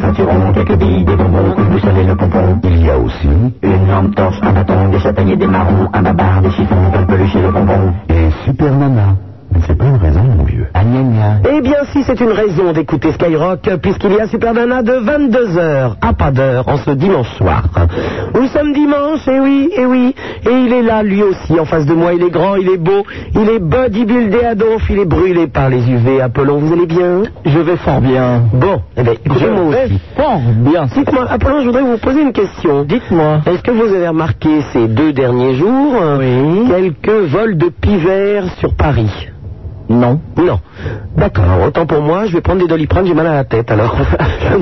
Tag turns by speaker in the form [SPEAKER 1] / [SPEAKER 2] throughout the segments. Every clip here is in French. [SPEAKER 1] sentiront quelques billes, des bonbons, vous savez le pompon. Il y a aussi une lampe torche, un bâton, des châtaigniers, des marrons, un babar, des chiffons, un peluche et le pompon. Et Super Nana. Mais c'est pas une raison, mon vieux.
[SPEAKER 2] Eh bien, si c'est une raison d'écouter Skyrock, puisqu'il y a Super Nana de 22h à pas d'heure en ce dimanche soir. Nous sommes dimanche, et oui, et oui. Et il est là, lui aussi, en face de moi. Il est grand, il est beau, il est bodybuildé à donf, il est brûlé par les UV. Apollon, vous allez bien
[SPEAKER 3] Je vais fort bien.
[SPEAKER 2] Bon, eh bien, écoutez-moi
[SPEAKER 3] Je vais
[SPEAKER 2] aussi.
[SPEAKER 3] fort bien.
[SPEAKER 2] Dites-moi, Apollon, je voudrais vous poser une question.
[SPEAKER 3] Dites-moi.
[SPEAKER 2] Est-ce que vous avez remarqué ces deux derniers jours euh, quelques vols de pivers sur Paris
[SPEAKER 3] Non.
[SPEAKER 2] Non. D'accord, autant pour moi, je vais prendre des doliprane, j'ai mal à la tête alors.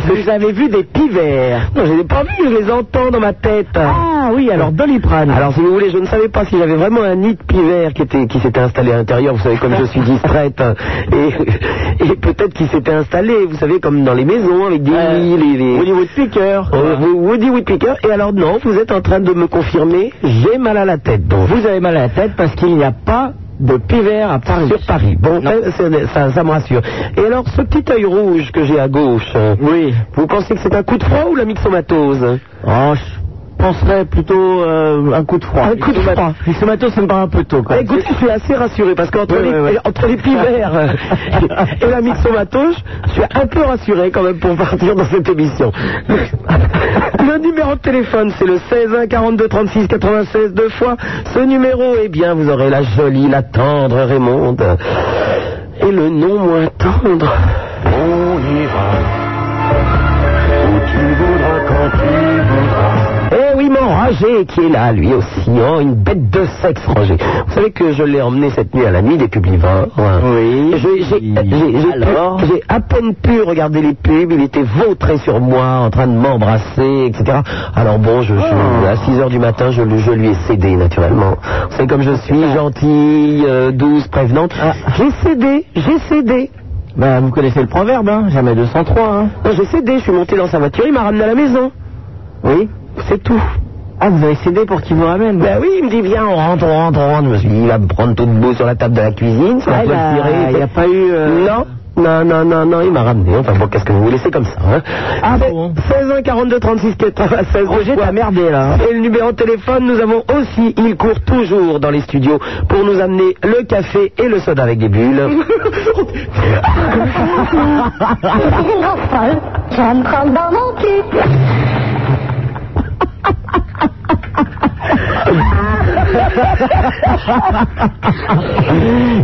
[SPEAKER 3] Vous avez vu des pivers
[SPEAKER 2] non, je les ai pas vus, je les entends dans ma tête.
[SPEAKER 3] Ah oui, alors Doliprane.
[SPEAKER 2] Alors, si vous voulez, je ne savais pas si j'avais vraiment un nid de pivert qui, était, qui s'était installé à l'intérieur. Vous savez, comme je suis distraite. hein, Et, et peut-être qu'il s'était installé, vous savez, comme dans les maisons, avec des
[SPEAKER 3] Euh,
[SPEAKER 2] nids, les- les-
[SPEAKER 3] Au niveau de piqueur.
[SPEAKER 2] Oh, vous- Woody Woodpecker. Et alors, non, vous êtes en train de me confirmer, j'ai mal à la tête. Donc,
[SPEAKER 3] Vous avez mal à la tête parce qu'il n'y a pas de pivers à Paris.
[SPEAKER 2] Sur Paris. Bon,
[SPEAKER 3] Non.
[SPEAKER 2] ça, c'est- ça- ça me rassure. Et alors, ce petit œil rouge que j'ai à gauche, euh,
[SPEAKER 3] Oui.
[SPEAKER 2] vous pensez que c'est un coup de froid ou la myxomatose
[SPEAKER 3] Oh, je penserais plutôt euh, un coup de froid.
[SPEAKER 2] Un coup de froid.
[SPEAKER 3] Les somatos, ça me paraît un peu tôt.
[SPEAKER 2] Ah,
[SPEAKER 3] Quoi.
[SPEAKER 2] Écoutez, je suis assez rassuré parce qu'entre
[SPEAKER 3] Oui,
[SPEAKER 2] les,
[SPEAKER 3] oui, oui.
[SPEAKER 2] entre les pivers euh, et la myxomatose, je suis un peu rassuré quand même pour partir dans cette émission. Le numéro de téléphone, c'est le 16 1 42 36 96 deux fois. Ce numéro, eh bien, vous aurez la jolie, la tendre Raymonde et le non moins tendre.
[SPEAKER 1] On ira où tu voudras quand tu voudras.
[SPEAKER 2] Eh oui, mon Roger qui est là, lui aussi, hein, une bête de sexe, Roger. Vous savez que je l'ai emmené cette nuit à la nuit des publivores. hein.
[SPEAKER 3] Oui.
[SPEAKER 2] Je- j'ai- j'ai- j'ai- j'ai-
[SPEAKER 3] Alors
[SPEAKER 2] J'ai à peine pu regarder les pubs, il était vautré sur moi, en train de m'embrasser, etc. Alors bon, je, je-
[SPEAKER 3] Oh.
[SPEAKER 2] à 6 heures du matin, je, lui- je lui ai cédé, naturellement. C'est comme je suis, gentille, euh, douce, prévenante.
[SPEAKER 3] Ah.
[SPEAKER 2] J'ai cédé, j'ai cédé.
[SPEAKER 3] Bah, vous connaissez le proverbe, hein Jamais 203, hein
[SPEAKER 2] Non, J'ai cédé, je suis monté dans sa voiture, il m'a ramené à la maison.
[SPEAKER 3] Oui.
[SPEAKER 2] C'est tout.
[SPEAKER 3] Ah, vous avez cédé pour qu'il vous ramène
[SPEAKER 2] Ben oui, il me dit, viens, on rentre, on rentre, on rentre. Je me suis dit, il va me prendre tout debout sur la table de la cuisine, sur la
[SPEAKER 3] Ah, il
[SPEAKER 2] toile
[SPEAKER 3] a-
[SPEAKER 2] cirée.
[SPEAKER 3] il n'y a pas eu... euh,
[SPEAKER 2] Non. Non, non, non, non, il m'a ramené. Enfin bon, qu'est-ce que vous voulez, c'est comme ça. Hein.
[SPEAKER 3] Ah
[SPEAKER 2] C'est-
[SPEAKER 3] bon
[SPEAKER 2] 16 1 42 36 96.
[SPEAKER 3] Roger,
[SPEAKER 2] Pourquoi
[SPEAKER 3] t'as merdé, là.
[SPEAKER 2] Et le numéro de téléphone, nous avons aussi, il court toujours dans les studios pour nous amener le café et le soda avec des bulles.
[SPEAKER 4] Je vais me prendre dans mon cul.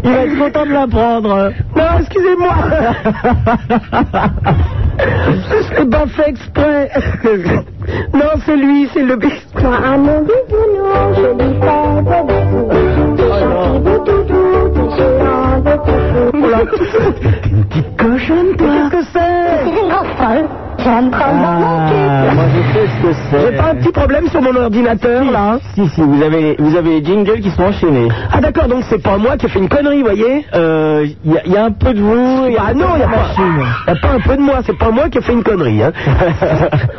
[SPEAKER 3] Il va être content de l'apprendre.
[SPEAKER 2] non, excusez-moi. Je l'ai pas fait exprès. non, c'est lui, c'est le bis.
[SPEAKER 4] Moi, à mon bisounours, je lui fais des bisous. Des gentils beaux doudous, des géants de coucou.
[SPEAKER 2] T'es une petite cochonne, toi. Qu'est-ce que c'est
[SPEAKER 4] C'est une grosse folle. Je vais me prendre dans mon
[SPEAKER 3] Ah,
[SPEAKER 4] cul.
[SPEAKER 3] moi, je sais ce que c'est.
[SPEAKER 2] J'ai pas un petit problème sur mon ordinateur, là. hein
[SPEAKER 3] Si, si, vous avez, vous avez les jingles qui sont enchaînés.
[SPEAKER 2] Ah d'accord, donc c'est pas moi qui ai fait une connerie, voyez
[SPEAKER 3] Euh, il y, a- il y a un peu de vous, il y a
[SPEAKER 2] Ah
[SPEAKER 3] un peu
[SPEAKER 2] non,
[SPEAKER 3] de
[SPEAKER 2] il n'y a, pas-
[SPEAKER 3] machine.
[SPEAKER 2] y a pas un peu de moi, c'est pas moi qui ai fait une connerie. Hein.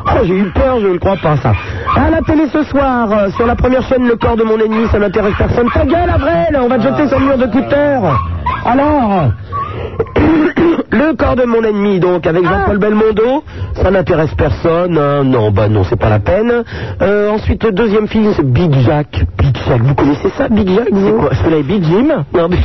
[SPEAKER 2] oh, j'ai eu peur, je ne le crois pas, ça. À la télé ce soir, euh, sur la première chaîne, le corps de mon ennemi, ça n'intéresse personne. Ta gueule, Avril, on va te jeter sur le mur de cutter. Alors Le corps de mon ennemi, donc, avec
[SPEAKER 3] Ah.
[SPEAKER 2] Jean-Paul Belmondo, ça n'intéresse personne. hein. Non, bah non, c'est pas la peine. Euh, ensuite, le deuxième film, c'est Big Jack. Big Jack, vous connaissez ça, Big Jack vous
[SPEAKER 3] Quoi, c'est la Big Jim
[SPEAKER 2] non, mais...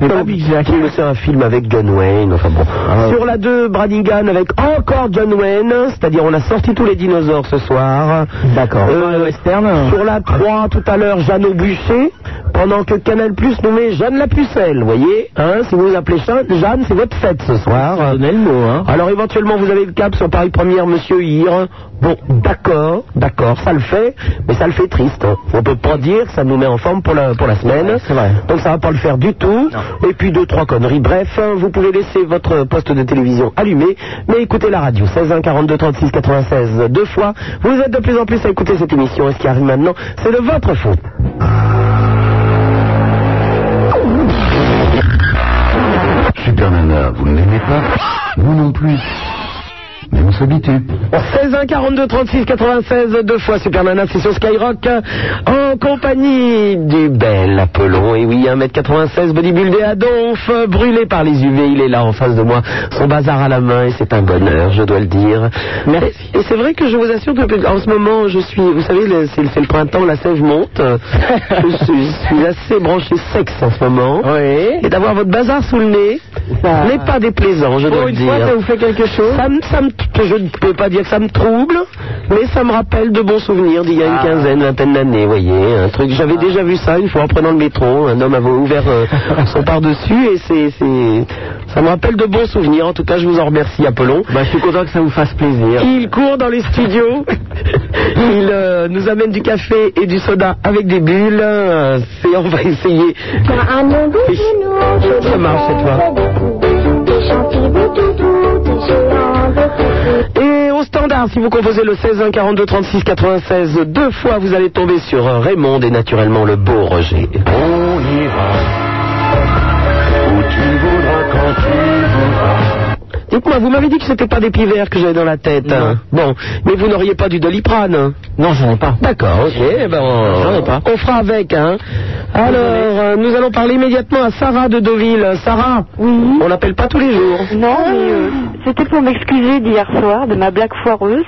[SPEAKER 3] Mais pas Big Jack. Ah,
[SPEAKER 2] Oui, mais C'est un film avec John Wayne, enfin bon.
[SPEAKER 3] ouais.
[SPEAKER 2] Sur la 2, Branigan avec encore John Wayne, c'est-à-dire on a sorti tous les dinosaures ce soir.
[SPEAKER 3] D'accord.
[SPEAKER 2] Euh,
[SPEAKER 3] Euh, western
[SPEAKER 2] Sur la 3, tout à l'heure, Jeanne au bûcher, pendant que Canal Plus nous met Jeanne la Pucelle, vous voyez hein, Si vous vous appelez Jeanne, Jeanne, c'est votre fête ce soir.
[SPEAKER 3] Donnez le mot, hein.
[SPEAKER 2] Alors éventuellement vous avez le cap sur Paris Première, Monsieur Hir. Bon, d'accord, d'accord, ça le fait, mais ça le fait triste. hein. On peut pas dire que ça nous met en forme pour la, pour la semaine.
[SPEAKER 3] Ouais, c'est vrai.
[SPEAKER 2] Donc ça va pas le faire du tout. Et puis deux, trois conneries. Bref, hein, vous pouvez laisser votre poste de télévision allumé, mais écoutez la radio. 16 1 42 36 96 deux fois. Vous êtes de plus en plus à écouter cette émission. Et ce qui arrive maintenant, c'est de votre faute.
[SPEAKER 1] Super Nana, vous ne l'aimez pas Vous non plus. Même solitude.
[SPEAKER 2] 16 1 42 36 96 deux fois Super Nana c'est sur Skyrock en compagnie du bel Apollon et oui 1m96 bodybuildé à donf brûlé par les UV il est là en face de moi son bazar à la main et c'est un bonheur je dois le dire merci et c'est vrai que je vous assure que en ce moment je suis vous savez le- c'est c'est le printemps la sève monte je, suis- je suis assez branché sexe en ce moment
[SPEAKER 3] Oui.
[SPEAKER 2] et d'avoir votre bazar sous le nez
[SPEAKER 3] Ça-
[SPEAKER 2] n'est pas déplaisant je dois
[SPEAKER 3] Pour
[SPEAKER 2] le
[SPEAKER 3] une
[SPEAKER 2] dire
[SPEAKER 3] fois, ça vous fait quelque chose
[SPEAKER 2] ça me, ça me- je ne peux pas dire que ça me trouble, mais ça me rappelle de bons souvenirs d'il y a une
[SPEAKER 3] Ah.
[SPEAKER 2] quinzaine, vingtaine d'années, vous voyez. Un truc, j'avais déjà vu ça une fois en prenant le métro. Un homme avait ouvert euh, son par-dessus et c'est, c'est- ça me rappelle de bons souvenirs. En tout cas, je vous en remercie, Apollon.
[SPEAKER 3] Bah, je suis content que ça vous fasse plaisir.
[SPEAKER 2] Il court dans les studios. Il euh, nous amène du café et du soda avec des bulles. Euh, c'est- on va essayer. Ça marche, cette fois. Et au standard, si vous composez le 16 1 42 36 96 deux fois, vous allez tomber sur Raymond et naturellement le beau Roger.
[SPEAKER 1] On ira où tu voudras quand tu voudras.
[SPEAKER 2] Dites-moi, vous m'avez dit que c'était pas des pivers que j'avais dans la tête. hein. Bon, mais vous n'auriez pas du Doliprane. hein.
[SPEAKER 3] Non, j'en ai pas.
[SPEAKER 2] D'accord, ok. eh Ben on,
[SPEAKER 3] J'en ai pas.
[SPEAKER 2] on fera avec. Hein. Alors, euh, nous allons parler immédiatement à Sarah de Deauville. Sarah,
[SPEAKER 5] Oui.
[SPEAKER 2] on l'appelle pas tous les jours.
[SPEAKER 5] Non, mais euh,
[SPEAKER 2] Ah.
[SPEAKER 5] c'était pour m'excuser d'hier soir, de ma blague foireuse,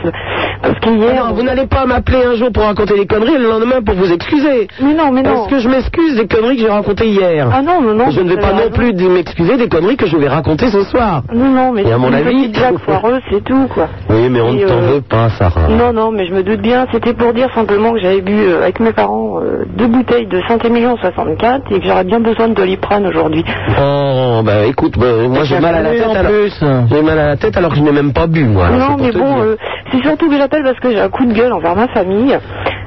[SPEAKER 5] parce qu'hier...
[SPEAKER 2] Alors, Ah vous n'allez pas m'appeler un jour pour raconter des conneries et le lendemain pour vous excuser.
[SPEAKER 5] Mais non, mais non.
[SPEAKER 2] Parce que je m'excuse des conneries que j'ai racontées hier.
[SPEAKER 5] Ah non, non, non.
[SPEAKER 2] je ne vais
[SPEAKER 5] vous
[SPEAKER 2] pas
[SPEAKER 5] avez
[SPEAKER 2] non
[SPEAKER 5] raison.
[SPEAKER 2] plus de- m'excuser des conneries que je vais raconter ce soir.
[SPEAKER 5] Non, non, mais
[SPEAKER 2] Et à mon
[SPEAKER 5] une
[SPEAKER 2] avis-
[SPEAKER 5] petite blague foireuse, c'est tout, quoi.
[SPEAKER 2] Oui, mais
[SPEAKER 5] on ne Et, t'en euh, veut
[SPEAKER 2] pas, Sarah.
[SPEAKER 5] Non, non, mais je me doute bien. C'était pour dire simplement que j'avais bu euh, avec mes parents euh, deux bouteilles de Saint-Émilion 64 et que j'aurais bien besoin de Doliprane aujourd'hui.
[SPEAKER 2] Oh, bah écoute, bah, moi j'ai mal à la
[SPEAKER 3] Oui,
[SPEAKER 2] tête
[SPEAKER 3] en
[SPEAKER 2] alors.
[SPEAKER 3] plus.
[SPEAKER 2] J'ai mal à la tête alors que je n'ai même pas bu, moi. alors c'est
[SPEAKER 5] non,
[SPEAKER 2] pour
[SPEAKER 5] mais
[SPEAKER 2] te
[SPEAKER 5] bon,
[SPEAKER 2] dire.
[SPEAKER 5] euh, c'est surtout que j'appelle parce que j'ai un coup de gueule envers ma famille,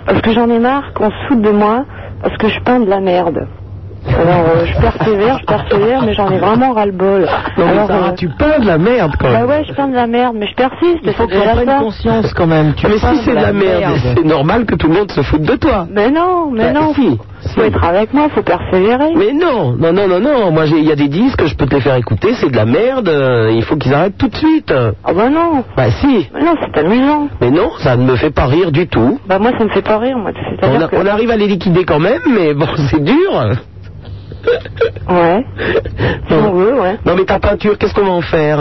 [SPEAKER 5] parce que j'en ai marre qu'on se foute de moi, parce que je peins de la merde. Alors, euh, je persévère, je persévère, mais j'en ai vraiment ras-le-bol.
[SPEAKER 2] Non, mais
[SPEAKER 5] Alors,
[SPEAKER 2] Sarah,
[SPEAKER 5] euh,
[SPEAKER 2] tu peins de la merde quand
[SPEAKER 5] bah
[SPEAKER 2] même.
[SPEAKER 5] ouais, je peins de la merde, mais je persiste,
[SPEAKER 3] Il faut
[SPEAKER 5] c'est
[SPEAKER 3] que tu
[SPEAKER 5] déjà ça.
[SPEAKER 3] prennes conscience quand même. Tu
[SPEAKER 2] mais
[SPEAKER 3] parles
[SPEAKER 2] si c'est de la merde, c'est normal que tout le monde se foute de toi.
[SPEAKER 5] Mais non, mais
[SPEAKER 2] Bah,
[SPEAKER 5] non,
[SPEAKER 2] si,
[SPEAKER 5] faut
[SPEAKER 2] si.
[SPEAKER 5] être avec moi, faut persévérer.
[SPEAKER 2] Mais non, non, non, non, non. Moi, j'ai- il y a des disques, je peux te les faire écouter, c'est de la merde. euh, il faut qu'ils arrêtent tout de suite.
[SPEAKER 5] Ah bah non,
[SPEAKER 2] Bah si.
[SPEAKER 5] mais non, c'est amusant.
[SPEAKER 2] Mais non, ça ne me fait pas rire du tout.
[SPEAKER 5] Bah moi, ça me fait pas rire, moi.
[SPEAKER 2] On,
[SPEAKER 5] C'est-à-dire
[SPEAKER 2] a-
[SPEAKER 5] que...
[SPEAKER 2] on arrive à les liquider quand même, mais bon, c'est dur.
[SPEAKER 5] Ouais, si on veut, ouais.
[SPEAKER 2] Non mais ta peinture, qu'est-ce qu'on va en faire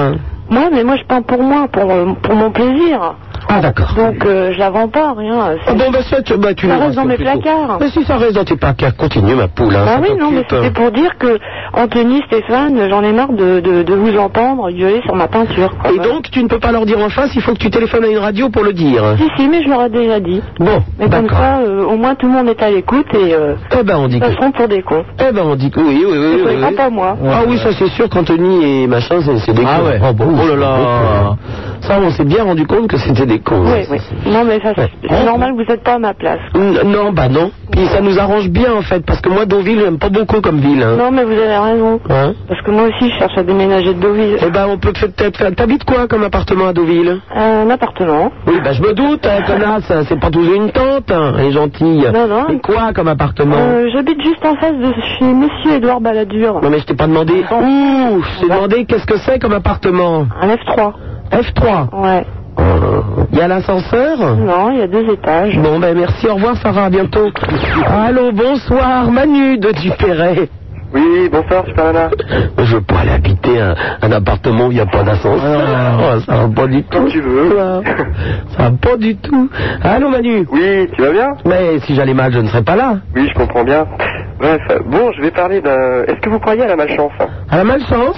[SPEAKER 5] Moi, mais moi, je peins pour moi, pour, euh, pour mon plaisir.
[SPEAKER 2] Ah d'accord.
[SPEAKER 5] Donc euh, je la vends pas, rien. c'est-
[SPEAKER 2] Ah bon bah ça, tu, bah, tu
[SPEAKER 5] Ça
[SPEAKER 2] nous
[SPEAKER 5] reste dans
[SPEAKER 2] rassures
[SPEAKER 5] mes
[SPEAKER 2] plutôt.
[SPEAKER 5] placards.
[SPEAKER 2] Mais si ça reste dans tes placards, continue ma poule. Hein,
[SPEAKER 5] Bah
[SPEAKER 2] ça
[SPEAKER 5] oui, non, mais
[SPEAKER 2] t'occupe.
[SPEAKER 5] c'était pour dire que Anthony, Stéphane, j'en ai marre de, de, de vous entendre gueuler sur ma peinture. quoi.
[SPEAKER 2] Et donc tu ne peux pas leur dire en face, il faut que tu téléphones à une radio pour le dire.
[SPEAKER 5] Si, si, mais je leur ai déjà dit.
[SPEAKER 2] Bon,
[SPEAKER 5] Mais comme
[SPEAKER 2] d'accord.
[SPEAKER 5] ça, euh, au moins tout le monde est à l'écoute et euh,
[SPEAKER 2] Eh ben on dit
[SPEAKER 5] ils
[SPEAKER 2] que...
[SPEAKER 5] passeront pour des cons.
[SPEAKER 2] Eh ben on dit que oui, oui, oui.
[SPEAKER 5] Ils
[SPEAKER 2] oui,
[SPEAKER 5] connaîtront
[SPEAKER 2] oui.
[SPEAKER 5] pas moi.
[SPEAKER 2] Ah oui, ça c'est sûr qu'Anthony et machin, c'est c'est des
[SPEAKER 3] Ah
[SPEAKER 2] cons.
[SPEAKER 3] ouais.
[SPEAKER 2] Oh, bon, oh là là. Ça, on s'est bien rendu compte que c'était des cons.
[SPEAKER 5] Oui, oui. Non, mais ça, c'est
[SPEAKER 2] Ouais.
[SPEAKER 5] c'est normal que vous n'êtes pas à ma place.
[SPEAKER 2] N- Non, bah non. Puis ça nous arrange bien en fait, parce que moi, Deauville, j'aime pas beaucoup comme ville. hein.
[SPEAKER 5] Non, mais vous avez raison.
[SPEAKER 2] Hein
[SPEAKER 5] Parce que moi aussi, je cherche à déménager de Deauville.
[SPEAKER 2] Eh ben, on peut peut-être faire. T'habites quoi comme appartement à Deauville
[SPEAKER 5] Un appartement.
[SPEAKER 2] Oui, ben je me doute, hein, connasse, hein, c'est pas toujours une tente, hein, elle est gentille.
[SPEAKER 5] Non, non.
[SPEAKER 2] Mais quoi comme appartement
[SPEAKER 5] Euh, J'habite juste en face de chez Monsieur Édouard Balladur.
[SPEAKER 2] Non, mais je t'ai pas demandé. Ouh, je t'ai demandé qu'est-ce que c'est comme appartement
[SPEAKER 5] Un F3.
[SPEAKER 2] F3.
[SPEAKER 5] Ouais.
[SPEAKER 2] Il y a l'ascenseur
[SPEAKER 5] Non, il y a deux étages.
[SPEAKER 2] Bon, ben merci, au revoir Sarah, à bientôt. Allô, bonsoir, Manu de Dupéret.
[SPEAKER 6] Oui, bonsoir, Supernana.
[SPEAKER 2] Je peux aller habiter un, un appartement où il n'y a pas d'ascenseur. Oh, ça va pas du tout.
[SPEAKER 6] Quand Ah. tu veux.
[SPEAKER 2] Ça, ça va pas du tout. Allô, Manu
[SPEAKER 6] Oui, tu vas bien
[SPEAKER 2] Mais si j'allais mal, je ne serais pas là.
[SPEAKER 6] Oui, je comprends bien. Bref, euh, bon, je vais parler d'un... Est-ce que vous croyez à la malchance hein
[SPEAKER 2] À la malchance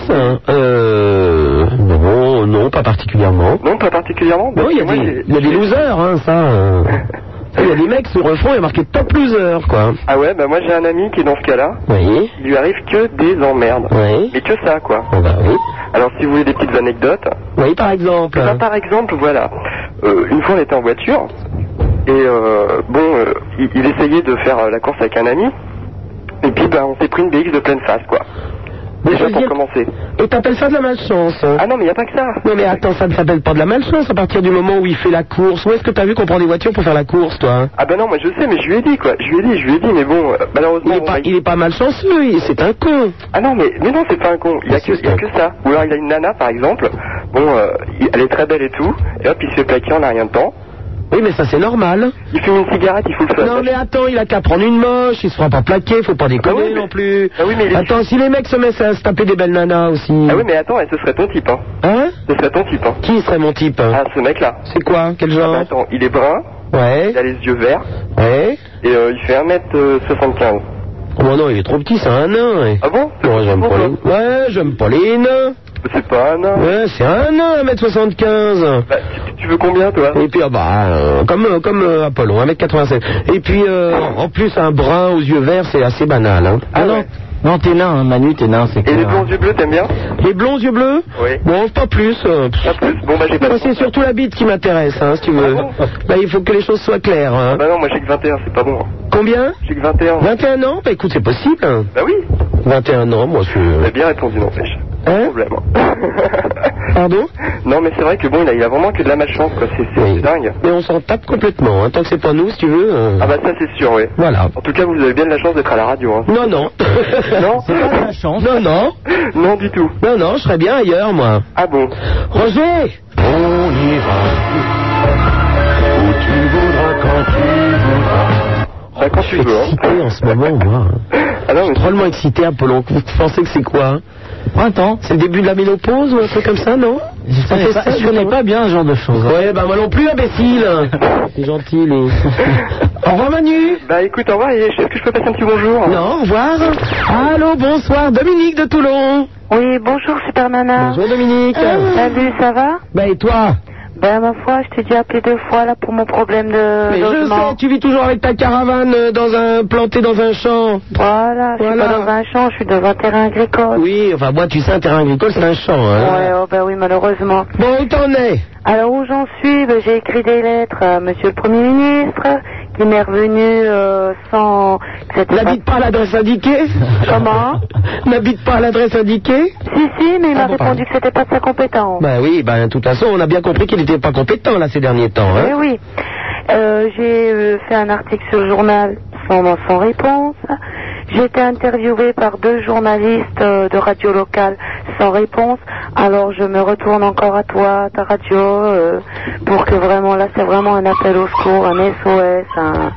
[SPEAKER 2] Euh. Non, non, pas particulièrement.
[SPEAKER 6] Non, pas particulièrement
[SPEAKER 2] Non,
[SPEAKER 6] parce
[SPEAKER 2] il y
[SPEAKER 6] que
[SPEAKER 2] a
[SPEAKER 6] moi,
[SPEAKER 2] des,
[SPEAKER 6] j'ai-
[SPEAKER 2] il y a des
[SPEAKER 6] j'ai-
[SPEAKER 2] losers, hein, ça. euh. Il y a des mecs sur le fond, il y a marqué top loser, quoi.
[SPEAKER 6] Ah ouais, bah moi j'ai un ami qui est dans ce cas-là.
[SPEAKER 2] Oui,
[SPEAKER 6] Il lui arrive que des emmerdes.
[SPEAKER 2] oui.
[SPEAKER 6] Mais que ça, quoi.
[SPEAKER 2] Oh, bah oui.
[SPEAKER 6] Alors, si vous voulez des petites anecdotes...
[SPEAKER 2] Oui, par exemple.
[SPEAKER 6] Bah, par exemple, voilà. Euh, une fois, on était en voiture. Et euh, bon, euh, il, il essayait de faire euh, la course avec un ami. Et puis, bah, on s'est pris une BX de pleine face, quoi.
[SPEAKER 2] Mais ça
[SPEAKER 6] Déjà
[SPEAKER 2] veut
[SPEAKER 6] pour
[SPEAKER 2] dire-
[SPEAKER 6] commencer.
[SPEAKER 2] Et t'appelles ça de la malchance
[SPEAKER 6] Ah non, mais il n'y a pas que ça.
[SPEAKER 2] Non mais attends, ça ne s'appelle pas de la malchance à partir du moment où il fait la course. Où est-ce que t'as vu qu'on prend des voitures pour faire la course, toi hein
[SPEAKER 6] Ah bah non, moi je sais, mais je lui ai dit quoi. Je lui ai dit, je lui ai dit, mais bon, euh,
[SPEAKER 2] il
[SPEAKER 6] malheureusement.
[SPEAKER 2] est,
[SPEAKER 6] on
[SPEAKER 2] pas,
[SPEAKER 6] va-
[SPEAKER 2] il est pas malchanceux, il- c'est un con.
[SPEAKER 6] Ah non, mais, mais non, c'est pas un con. Il y a
[SPEAKER 2] Mais
[SPEAKER 6] que,
[SPEAKER 2] c'est
[SPEAKER 6] il y a
[SPEAKER 2] ça.
[SPEAKER 6] que ça. Ou alors il y a une nana par exemple. Bon, euh, il- elle est très belle et tout. Et hop, il se fait plaquer en a rien de temps.
[SPEAKER 2] Oui, mais ça c'est normal.
[SPEAKER 6] Il fume une cigarette, il fout le feu. à la
[SPEAKER 2] Non,
[SPEAKER 6] machine.
[SPEAKER 2] mais attends, il a qu'à prendre une moche, il se fera pas plaquer, faut pas déconner
[SPEAKER 6] Ah oui, mais-
[SPEAKER 2] non plus.
[SPEAKER 6] Ah oui, mais il est-
[SPEAKER 2] Attends, si les mecs se mettent à se taper des belles nanas aussi.
[SPEAKER 6] Ah oui, mais attends, et ce serait ton type, hein.
[SPEAKER 2] Hein
[SPEAKER 6] Ce serait ton type, hein.
[SPEAKER 2] Qui serait mon type
[SPEAKER 6] Ah, ce mec-là.
[SPEAKER 2] C'est quoi Quel
[SPEAKER 6] Ah bah
[SPEAKER 2] genre
[SPEAKER 6] attends, il est brun,
[SPEAKER 2] Ouais.
[SPEAKER 6] il a les yeux verts,
[SPEAKER 2] Ouais.
[SPEAKER 6] et euh, il fait 1m75.
[SPEAKER 2] Oh bah non, il est trop petit, c'est un nain. ouais.
[SPEAKER 6] Ah bon
[SPEAKER 2] Ouais, j'aime pas les...
[SPEAKER 6] Pourquoi
[SPEAKER 2] Ouais, j'aime pas les nains.
[SPEAKER 6] C'est pas un nain.
[SPEAKER 2] Ouais, c'est un nain, 1m75.
[SPEAKER 6] Bah, tu, tu veux combien, toi
[SPEAKER 2] Et puis, ah bah, euh, comme, euh, comme euh, Apollon, 1m87. Et puis, euh, en plus, un brun aux yeux verts, c'est assez banal. Hein.
[SPEAKER 6] Ah ouais.
[SPEAKER 3] Non, t'es nain, hein, Manu, t'es nain, c'est
[SPEAKER 6] Et les
[SPEAKER 3] clair.
[SPEAKER 6] blonds yeux bleus, t'aimes bien
[SPEAKER 2] Les blonds aux yeux bleus
[SPEAKER 6] Oui.
[SPEAKER 2] Bon, pas plus. euh, pff.
[SPEAKER 6] Pas plus Bon, bah j'ai pas
[SPEAKER 2] Moi,
[SPEAKER 6] de
[SPEAKER 2] c'est surtout la bite qui m'intéresse, hein, si tu veux.
[SPEAKER 6] Ah bon
[SPEAKER 2] bah, il faut que les choses soient claires. hein.
[SPEAKER 6] Bah non, moi j'ai que 21, c'est pas bon. hein.
[SPEAKER 2] Combien
[SPEAKER 6] J'ai que 21.
[SPEAKER 2] 21 ans Bah, écoute, c'est possible. hein.
[SPEAKER 6] Bah oui
[SPEAKER 2] 21 ans, moi,
[SPEAKER 6] T'as
[SPEAKER 2] c'est...
[SPEAKER 6] bien répondu, n'empêche.
[SPEAKER 2] Hein
[SPEAKER 6] Problème.
[SPEAKER 2] Pardon
[SPEAKER 6] non, mais c'est vrai que bon, il a, il a vraiment que de la malchance, quoi. C'est c'est
[SPEAKER 2] Oui.
[SPEAKER 6] dingue.
[SPEAKER 2] Mais on s'en tape complètement. hein. Tant que c'est pas nous, si tu veux. euh,
[SPEAKER 6] Ah bah ça, c'est sûr, oui.
[SPEAKER 2] Voilà.
[SPEAKER 6] En tout cas, vous avez bien de la chance d'être à la radio, hein.
[SPEAKER 2] Non, non.
[SPEAKER 6] Non
[SPEAKER 3] C'est pas la chance.
[SPEAKER 2] non, non.
[SPEAKER 6] Non, du tout.
[SPEAKER 2] Non, non, je serais bien ailleurs, moi.
[SPEAKER 6] Ah bon
[SPEAKER 2] Roger
[SPEAKER 1] On ira où tu voudras quand tu
[SPEAKER 6] Bah, quand tu veux, hein.
[SPEAKER 2] excité en ce moment, moi.
[SPEAKER 6] Ah non, mais
[SPEAKER 2] Drôlement excité, Apollon. Vous pensez que c'est quoi hein
[SPEAKER 3] Printemps.
[SPEAKER 2] C'est le début de la ménopause ou un truc comme ça, non
[SPEAKER 3] Je
[SPEAKER 2] Ça fait
[SPEAKER 3] connais, pas,
[SPEAKER 2] ça,
[SPEAKER 3] je connais
[SPEAKER 2] dis-moi.
[SPEAKER 3] pas bien ce genre de choses. hein.
[SPEAKER 2] Ouais, bah moi non plus, imbécile C'est gentil, lui. Au revoir, Manu
[SPEAKER 6] Bah écoute, au revoir, et est-ce que je peux passer un petit bonjour
[SPEAKER 2] Non, au revoir. Allô, bonsoir, Dominique de Toulon.
[SPEAKER 5] Oui, bonjour Super Nana.
[SPEAKER 2] Bonjour, Dominique.
[SPEAKER 5] Salut, ça va
[SPEAKER 2] Bah, et toi
[SPEAKER 5] Ben ma foi, je t'ai déjà appelé deux fois là pour mon problème de
[SPEAKER 2] Mais je
[SPEAKER 5] logement.
[SPEAKER 2] sais, tu vis toujours avec ta caravane euh, dans un, plantée dans un champ.
[SPEAKER 5] Voilà, je suis
[SPEAKER 2] Voilà.
[SPEAKER 5] pas dans un champ, je suis dans un terrain agricole.
[SPEAKER 2] Oui, enfin, moi, tu sais, un terrain agricole, c'est un champ. Hein.
[SPEAKER 5] Ouais, oh ben oui, malheureusement.
[SPEAKER 2] Bon, où t'en es
[SPEAKER 5] Alors où j'en suis Ben, J'ai écrit des lettres à Monsieur le Premier ministre, qui m'est revenu euh, sans... que c'était pas-
[SPEAKER 2] N'habite pas à l'adresse indiquée
[SPEAKER 5] Comment
[SPEAKER 2] N'habite pas à l'adresse indiquée
[SPEAKER 5] Si, si, mais il m'a
[SPEAKER 2] Ah, bon, pardon.
[SPEAKER 5] répondu que c'était pas de sa compétence.
[SPEAKER 2] Bah oui, bah de toute façon, on a bien compris qu'il n'était pas compétent, là, ces derniers temps.
[SPEAKER 5] Eh
[SPEAKER 2] Hein.
[SPEAKER 5] oui. Euh, j'ai euh, fait un article sur le journal sans, sans réponse. J'ai été interviewée par deux journalistes euh, de radio locale sans réponse. Alors je me retourne encore à toi, à ta radio, euh, pour que vraiment là c'est vraiment un appel au secours, un SOS, un...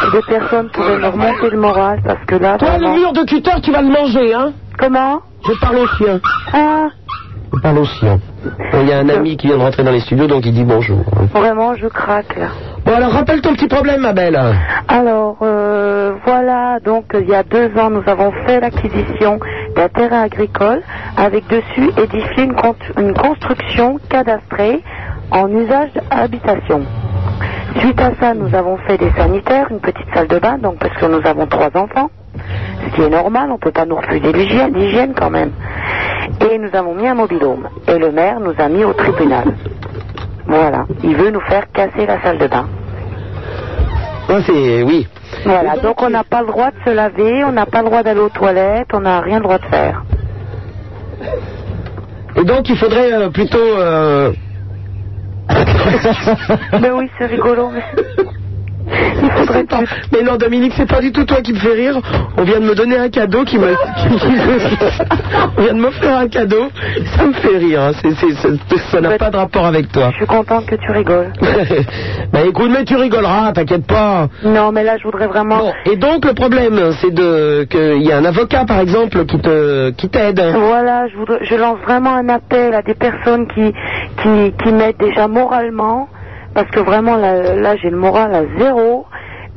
[SPEAKER 5] que des personnes pourraient me remonter le moral parce que là
[SPEAKER 2] Toi, le
[SPEAKER 5] vraiment-
[SPEAKER 2] mur de cutter, tu vas le manger, hein
[SPEAKER 5] Comment
[SPEAKER 2] Je parle au chien.
[SPEAKER 5] Ah
[SPEAKER 2] Je parle au chien. Il y a un ami qui vient de rentrer dans les studios, donc il dit bonjour. hein.
[SPEAKER 5] Vraiment je craque là.
[SPEAKER 2] Bon, alors, rappelle ton petit problème, ma belle.
[SPEAKER 5] Alors euh, voilà, donc euh, il y a deux ans, nous avons fait l'acquisition d'un terrain agricole avec dessus édifié une, con- une construction cadastrée en usage d'habitation. Suite à ça, nous avons fait des sanitaires, une petite salle de bain, donc parce que nous avons trois enfants, ce qui est normal, on ne peut pas nous refuser l'hygiène l'hygiène quand même. Et nous avons mis un mobilhome. Et le maire nous a mis au tribunal. Voilà, il veut nous faire casser la salle de bain.
[SPEAKER 2] Ouais, c'est... Oui.
[SPEAKER 5] Voilà, donc on n'a pas le droit de se laver, on n'a pas le droit d'aller aux toilettes, on n'a rien le droit de faire.
[SPEAKER 2] Et donc, il faudrait euh, plutôt... euh,
[SPEAKER 5] Mais oui, c'est rigolo, mais... Il faudrait
[SPEAKER 2] C'est pas-
[SPEAKER 5] plus...
[SPEAKER 2] Mais non, Dominique, c'est pas du tout toi qui me fais rire. On vient de me donner un cadeau qui me. qui- qui me- On vient de m'offrir un cadeau. Ça me fait rire. hein. C'est- c'est- c'est- ça n'a pas de rapport avec toi.
[SPEAKER 5] Je suis contente que tu rigoles.
[SPEAKER 2] bah écoute, mais tu rigoleras, t'inquiète pas.
[SPEAKER 5] Non, mais là, je voudrais vraiment...
[SPEAKER 2] Bon, et donc le problème, c'est de qu'il y a un avocat, par exemple, qui te qui t'aide.
[SPEAKER 5] Voilà, je, voudrais, je lance vraiment un appel à des personnes qui, qui, qui m'aident déjà moralement, parce que vraiment là, là, j'ai le moral à zéro,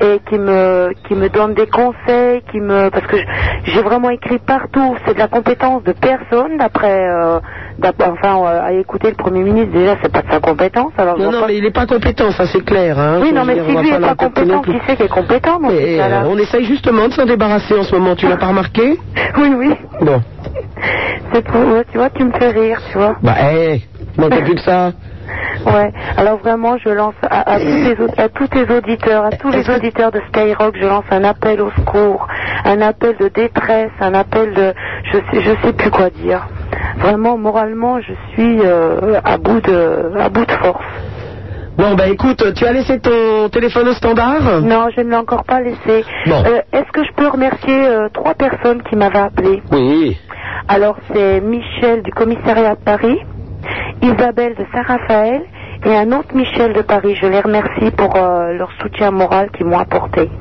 [SPEAKER 5] et qui me, qui me donnent des conseils, qui me, parce que je- j'ai vraiment écrit partout, c'est de la compétence de personne, d'après, euh, d'après- enfin, euh, à écouter le Premier ministre, déjà c'est pas de sa compétence, alors je
[SPEAKER 2] Non,
[SPEAKER 5] vois
[SPEAKER 2] non,
[SPEAKER 5] pas-
[SPEAKER 2] mais il est pas compétent, ça c'est clair. Hein.
[SPEAKER 5] Oui,
[SPEAKER 2] Je
[SPEAKER 5] non,
[SPEAKER 2] veux
[SPEAKER 5] mais
[SPEAKER 2] dire,
[SPEAKER 5] si
[SPEAKER 2] on va
[SPEAKER 5] lui
[SPEAKER 2] la
[SPEAKER 5] est pas
[SPEAKER 2] taquiner
[SPEAKER 5] compétent,
[SPEAKER 2] plus.
[SPEAKER 5] qui c'est qui est compétent dans ce
[SPEAKER 2] Mais, euh,
[SPEAKER 5] cas-là
[SPEAKER 2] on essaye justement de s'en débarrasser en ce moment. Tu l'as pas remarqué
[SPEAKER 5] Oui, oui,
[SPEAKER 2] Bon.
[SPEAKER 5] c'est pour, tu vois, tu me fais rire, tu vois.
[SPEAKER 2] Bah, hé, moi t'as plus que ça.
[SPEAKER 5] Ouais, alors vraiment, je lance à, à tous, les, au- à tous les auditeurs, à tous les auditeurs de Skyrock, je lance un appel au secours, un appel de détresse, un appel de, je sais, je sais plus quoi dire. Vraiment, moralement, je suis euh, à bout de, à bout de force.
[SPEAKER 2] Bon, bah écoute, tu as laissé ton téléphone au standard
[SPEAKER 5] Non, je ne l'ai encore pas laissé.
[SPEAKER 2] Mm. Bon.
[SPEAKER 5] Euh, Est-ce que je peux remercier euh, trois personnes qui m'avaient appelé
[SPEAKER 2] Oui.
[SPEAKER 5] Alors c'est Michel du commissariat de Paris. Isabelle de Saint-Raphaël et un autre Michel de Paris. Je les remercie pour euh, leur soutien moral qu'ils m'ont apporté.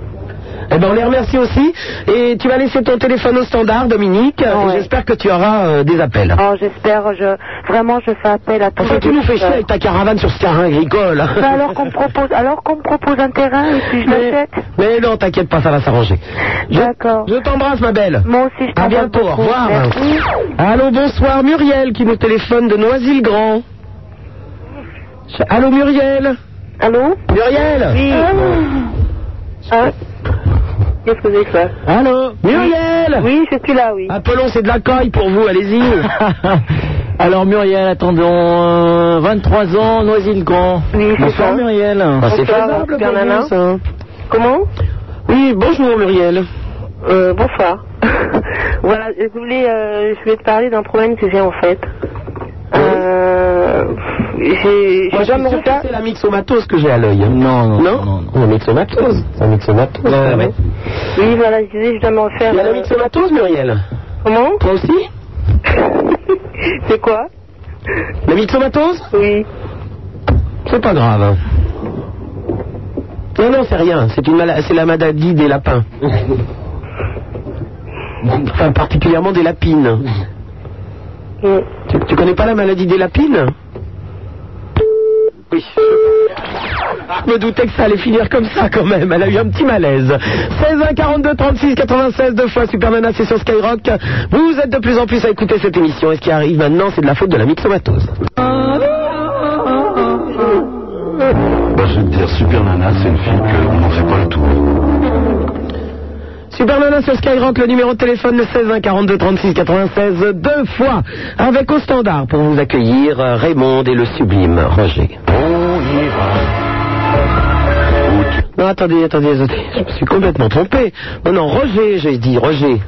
[SPEAKER 2] Eh ben, on les remercie aussi. Et tu vas laisser ton téléphone au standard, Dominique. Et
[SPEAKER 5] Ah ouais.
[SPEAKER 2] J'espère que tu auras euh, des appels.
[SPEAKER 5] Oh, j'espère, je, vraiment, je fais appel à tous
[SPEAKER 2] Enfin,
[SPEAKER 5] les
[SPEAKER 2] tu nous fais chier
[SPEAKER 5] auditeurs.
[SPEAKER 2] avec ta caravane sur ce terrain agricole.
[SPEAKER 5] Mais Bah alors qu'on me propose, alors qu'on me propose un terrain et puis je
[SPEAKER 2] mais,
[SPEAKER 5] l'achète.
[SPEAKER 2] mais non, t'inquiète pas, ça va s'arranger. Je-
[SPEAKER 5] D'accord.
[SPEAKER 2] Je t'embrasse, ma belle.
[SPEAKER 5] Moi aussi, je
[SPEAKER 2] À
[SPEAKER 5] t'embrasse
[SPEAKER 2] bientôt, au
[SPEAKER 5] beaucoup.
[SPEAKER 2] revoir.
[SPEAKER 5] Merci.
[SPEAKER 2] Allô, bonsoir, Muriel qui nous téléphone de Noisy-le-Grand. Je- Allô, Muriel
[SPEAKER 5] Allô
[SPEAKER 2] Muriel
[SPEAKER 5] Oui. Hein Qu'est-ce que j'ai fait
[SPEAKER 2] Allô Muriel
[SPEAKER 5] Oui, je suis là, oui.
[SPEAKER 2] Apollon, c'est de la caille pour vous, allez-y.
[SPEAKER 3] Alors Muriel, attendons, euh, 23 ans, Noisy-le-Grand.
[SPEAKER 5] Oui, c'est
[SPEAKER 3] Bonsoir
[SPEAKER 5] ça.
[SPEAKER 3] Muriel.
[SPEAKER 2] c'est
[SPEAKER 5] Bonsoir,
[SPEAKER 2] faisable
[SPEAKER 5] Super
[SPEAKER 2] pour
[SPEAKER 5] Nana.
[SPEAKER 2] vous, ça.
[SPEAKER 5] Comment
[SPEAKER 2] Oui, bonjour, Muriel.
[SPEAKER 5] Euh, bonsoir. voilà, je voulais, euh, je vais te parler d'un problème que j'ai en fait. Euh, j'ai,
[SPEAKER 2] Ah Moi,
[SPEAKER 5] j'ai
[SPEAKER 2] je suis
[SPEAKER 5] jamais
[SPEAKER 2] sûr que
[SPEAKER 5] ça.
[SPEAKER 2] c'est la mixomatose que j'ai à l'œil. Non, non, non. La Euh, mixomatose. La mixomatose.
[SPEAKER 3] Ah ouais.
[SPEAKER 5] Oui, voilà, je disais, je dois me refaire.
[SPEAKER 2] Il y a la
[SPEAKER 5] euh,
[SPEAKER 2] mixomatose, Muriel
[SPEAKER 5] Comment
[SPEAKER 2] Toi aussi
[SPEAKER 5] C'est quoi
[SPEAKER 2] La mixomatose
[SPEAKER 5] Oui.
[SPEAKER 2] C'est pas grave. Non, non, c'est rien. C'est une mala- c'est la maladie des lapins. Enfin, particulièrement des lapines.
[SPEAKER 5] Oui.
[SPEAKER 2] Tu, tu connais pas la maladie des lapines Oui. Je me doutais que ça allait finir comme ça quand même. Elle a eu un petit malaise. 16 1 42 36 96 deux fois Super Nana, c'est sur Skyrock. Vous êtes de plus en plus à écouter cette émission. Et ce qui arrive maintenant, c'est de la faute de la mixomatose.
[SPEAKER 1] Bah, je vais te dire, Super Nana, c'est une fille qu'on n'en fait pas le tour.
[SPEAKER 2] Super Nana sur Skyrock, le numéro de téléphone le 16 1 42 36 96 deux fois avec au standard pour vous accueillir euh, Raymond et le sublime Roger.
[SPEAKER 1] On ira.
[SPEAKER 2] Non, attendez, attendez, attendez, je me suis complètement trompé. Non, non, Roger, j'ai dit Roger.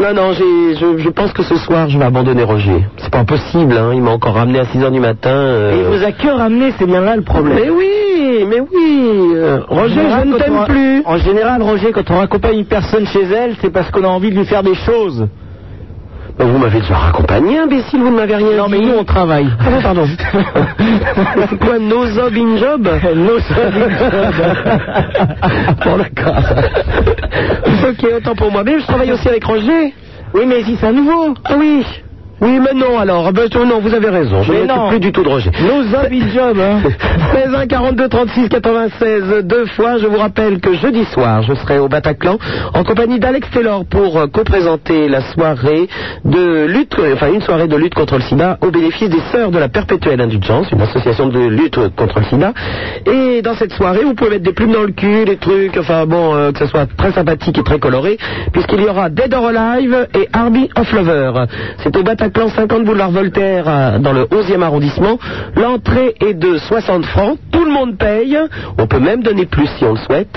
[SPEAKER 2] Non, non, j'ai- je, je pense que ce soir je vais abandonner Roger. C'est pas possible, hein, il m'a encore ramené à 6h du matin. euh.
[SPEAKER 3] Il vous a que ramené, c'est bien là le problème.
[SPEAKER 2] Mais oui, mais oui, euh,
[SPEAKER 3] En
[SPEAKER 2] Roger,
[SPEAKER 3] général,
[SPEAKER 2] je ne
[SPEAKER 3] quand on
[SPEAKER 2] t'aime
[SPEAKER 3] ra-
[SPEAKER 2] plus.
[SPEAKER 3] En général, Roger, quand on raccompagne une personne chez elle, c'est parce qu'on a envie de lui faire des choses.
[SPEAKER 2] Mais Vous m'avez déjà raccompagné, imbécile, vous ne m'avez rien
[SPEAKER 3] Non,
[SPEAKER 2] dit.
[SPEAKER 3] mais nous, on travaille.
[SPEAKER 2] Ah bon, pardon. C'est quoi, no job in job No job bon, d'accord. ok, autant pour moi. Mais je travaille aussi avec Roger. Oui, mais si c'est à nouveau. Ah oui. Oui, mais non, alors. Ben, non, vous avez raison. Je
[SPEAKER 3] Mais
[SPEAKER 2] ne m'occupe
[SPEAKER 3] non.
[SPEAKER 2] plus du tout de Roger.
[SPEAKER 3] Nos habits de job, hein.
[SPEAKER 2] 16 1 42 36 96 deux fois. Je vous rappelle que jeudi soir, je serai au Bataclan en compagnie d'Alex Taylor pour euh, co-présenter la soirée de lutte, euh, enfin une soirée de lutte contre le SIDA au bénéfice des Sœurs de la Perpétuelle Indulgence, une association de lutte contre le SIDA. Et dans cette soirée, vous pouvez mettre des plumes dans le cul, des trucs, enfin bon, euh, que ce soit très sympathique et très coloré, puisqu'il y aura Dead or Alive et Army of Lover. C'est au Bataclan 50 boulevard Voltaire, euh, dans le 11e arrondissement. L'entrée est de 60 francs. Tout le monde paye. On peut même donner plus si on le souhaite.